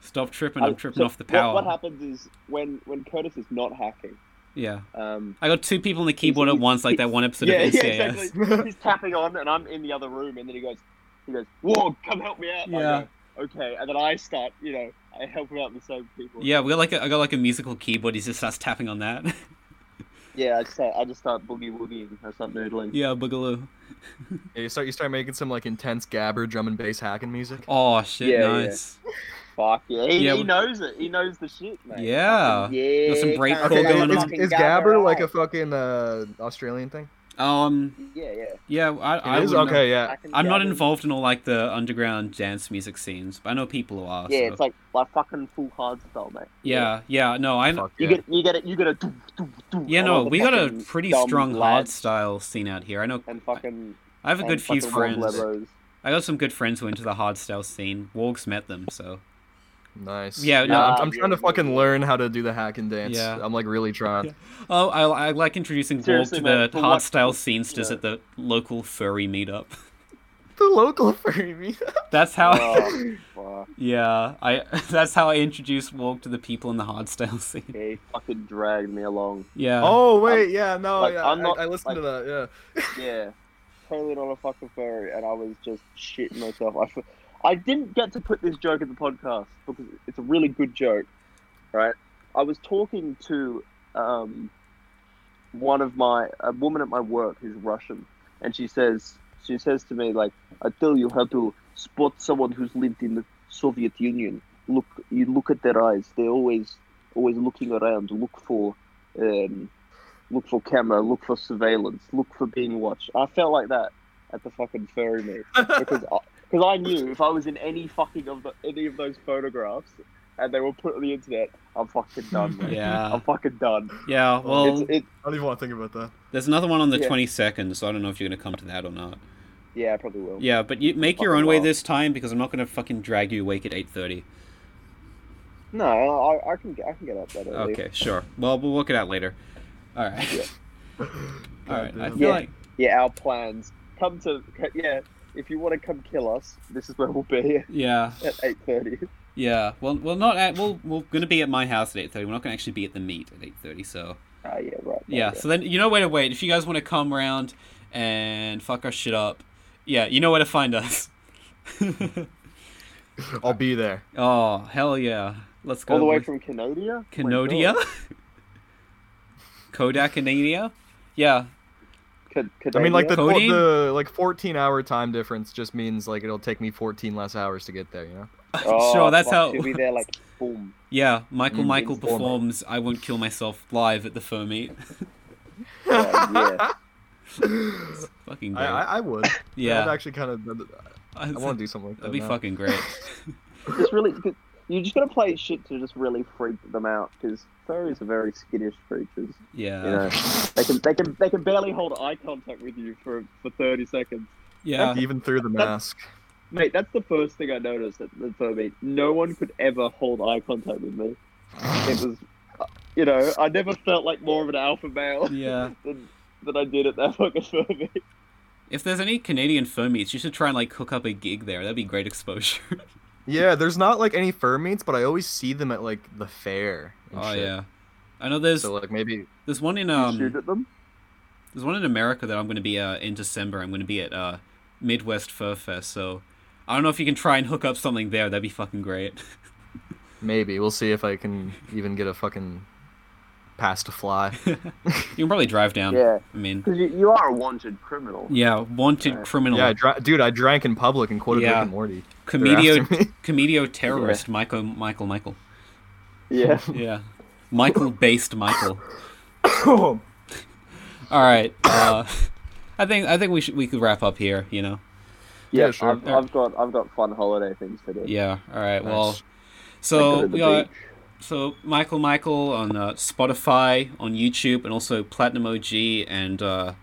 Stop tripping! I'm Um, tripping so off the what- power. What, happens is when when Curtis is not hacking, yeah, um, I got two people on the keyboard at once, like that one episode yeah, of yeah, NCIS. exactly. He's tapping on, and I'm in the other room, and then he goes, he goes, "Whoa, come help me out!" I Yeah. go, okay, and then I start, you know, I help him out with the same people. Yeah, we got like a, I got like a musical keyboard. He just starts tapping on that. yeah. I start, I just start boogie woogieing. I start noodling. yeah, boogaloo. Yeah, you start you start making some like intense gabber drum and bass hacking music. Oh shit! Yeah, yeah. nice. Fuck yeah, he, Yeah, he we- knows it. He knows the shit, mate. Yeah. Fucking yeah. Got some break can't call say going I on. fucking Oh, Is, is gabber gabber like all. a fucking uh, Australian thing? Um, Yeah, yeah. yeah, I, I It is? wouldn't know. okay, I yeah. can I'm not gabber. involved in all like the underground dance music scenes, but I know people who are. Yeah, so- it's like like fucking full hard style, mate. yeah, yeah, no, I Fuck You yeah. get you get it you get a doof, doof, doof, yeah, and no, all the we got a fucking pretty dumb strong hard lads style scene out here. I know and fucking I have a good and few fucking friends. Wobblebos. I got some good friends who went to the hard style scene. Wargs met them, so Nice. Yeah, no, I'm, I'm- I'm trying to fucking learn how to do the hack and dance. Yeah. I'm like really trying. oh, I, I like introducing Warg Seriously, to man, the for hard what- style scenesters yeah. at the local furry meetup. The local furry. That's how. Oh, fuck. yeah, I. That's how I introduced Warg to the people in the hard style scene. He fucking dragged me along. Yeah. oh wait, yeah, no, like, yeah, I'm I- not- I, listened to that. Yeah. Yeah. Totally not a fucking furry, and I was just shitting myself. I, f- I didn't get to put this joke in the podcast because it's a really good joke, right? I was talking to um, one of my a woman at my work who's Russian, and she says she says to me like, "I tell you how to spot someone who's lived in the Soviet Union. Look, you look at their eyes. They're always always looking around. Look for." Um, look for camera, look for surveillance, look for being watched. I felt like that at the fucking furry meet because I, cause I knew if I was in any fucking of the, any of those photographs and they were put on the internet, I'm fucking done. Mate. Yeah. I'm fucking done. Yeah. Well, it's, it, I don't even want to think about that. there's another one on the Yeah. 22nd, so I don't know if you're gonna come to that or not. yeah, I probably will. Yeah, but you make your Fucking own way wild. this time because I'm not gonna fucking drag you awake at eight thirty. No, I, I can get I can get up that early. Okay, sure. Well, we'll work it out later. All right. All right. I Goddamn. feel Yeah. like Yeah, our plans. Come to yeah. If you want to come kill us, this is where we'll be yeah, at eight thirty. yeah. Well, well, not at. Well, we're gonna be at my house at eight thirty. We're not gonna actually be at the meet at eight thirty. So Ah, yeah, right. yeah. So then you know where to wait. If you guys want to come round and fuck our shit up, yeah, you know where to find us. I'll be there. oh hell yeah! Let's go. all the way boys. from Canodia. Oh my God. Canodia. Kodak Canada. Yeah. Can- I mean, like Canodia? the, Cody? the like 14 hour time difference just means like it'll take me 14 less hours to get there. You know. Oh, sure. That's fuck, how. She'll be there like boom. Yeah, Michael Mm, Michael informal. performs "I Won't Kill Myself" live at the Fur Meet. Yeah, yeah. fucking great. I, I, I would. I'd yeah, actually kind of. I want to do something like that. that'd be now. fucking great. It's really you just gotta play shit to just really freak them out because furries are very skittish creatures. Yeah, You know, they can they can they can barely hold eye contact with you for for thirty seconds. yeah. Even through the mask. Mate, that's the first thing I noticed at the fur meet. No one could ever hold eye contact with me. It was, uh, you know, I never felt like more of an alpha male Yeah. than, than I did at that fucking fur meet. If there's any Canadian fur meets, you should try and like hook up a gig there. That'd be great exposure. Yeah, there's not like any fur meets, but I always see them at like the fair. and oh shit. yeah, I know there's So like maybe there's one in Shoot um at them. there's one in America that I'm gonna be uh in December. I'm gonna be at uh Midwest Fur Fest. So I don't know if you can try and hook up something there. That'd be fucking great. Maybe we'll see if I can even get a fucking pass to fly. You can probably drive down. Yeah. I mean, Because you, you are a wanted criminal. yeah, wanted Right. criminal. yeah, I dra- dude, I drank in public and quoted Yeah. Rick and Morty. They're Comedio, after me. comedio terrorist Michael Michael Michael. Yeah. Yeah. Michael based Michael. Oh, All right. Uh, I think I think we should we could wrap up here. You know. Yeah, Yeah, sure. I've, I've got I've got fun holiday things to do. Yeah. Oh, All right. Well. Nice. So Go to the we are. beach. So Michael Michael on uh, Spotify, on YouTube, and also Platinum OG, and uh,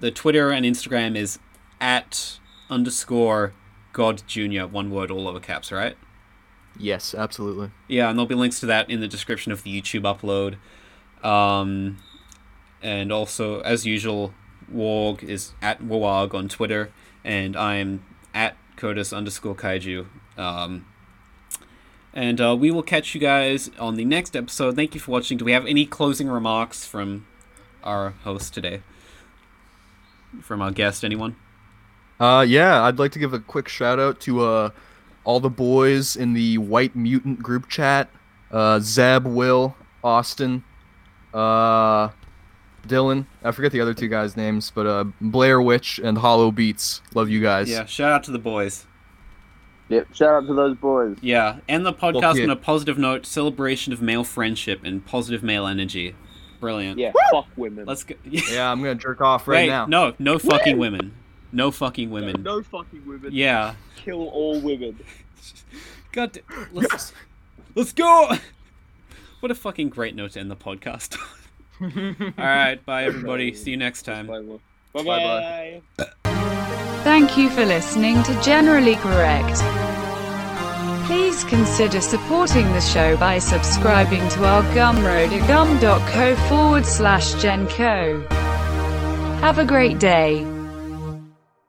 the Twitter and Instagram is at underscore God Junior, one word, all over caps, right? Yes, absolutely. Yeah, and there'll be links to that in the description of the YouTube upload. Um, and also, as usual, Warg is at Warg on Twitter, and I'm at Curtis underscore Kaiju. Um, and uh, we will catch you guys on the next episode. Thank you for watching. Do we have any closing remarks from our host today? From our guest, anyone? Uh, yeah, I'd like to give a quick shout out to uh, all the boys in the White Mutant group chat uh, Zeb, Will, Austin, uh, Dylan. I forget the other two guys' names, but uh, Blair Witch and Hollow Beats. Love you guys. Yeah, shout out to the boys. Yep. Shout out to those boys. Yeah, end the podcast yeah. on a positive note, celebration of male friendship and positive male energy. Brilliant. Yeah, fuck women. Let's go. Yeah, I'm going to jerk off right Wait, now. no, no fucking women. No fucking women. no fucking women. Yeah. Kill all women. God, da- let's, let's go. What a fucking great note to end the podcast. on. All right, bye everybody. See you next time. Bye Bye-bye. bye. Thank you for listening to Generally Correct. Please consider supporting the show by subscribing to our Gumroad at gum.co forward slash genco. Have a great day.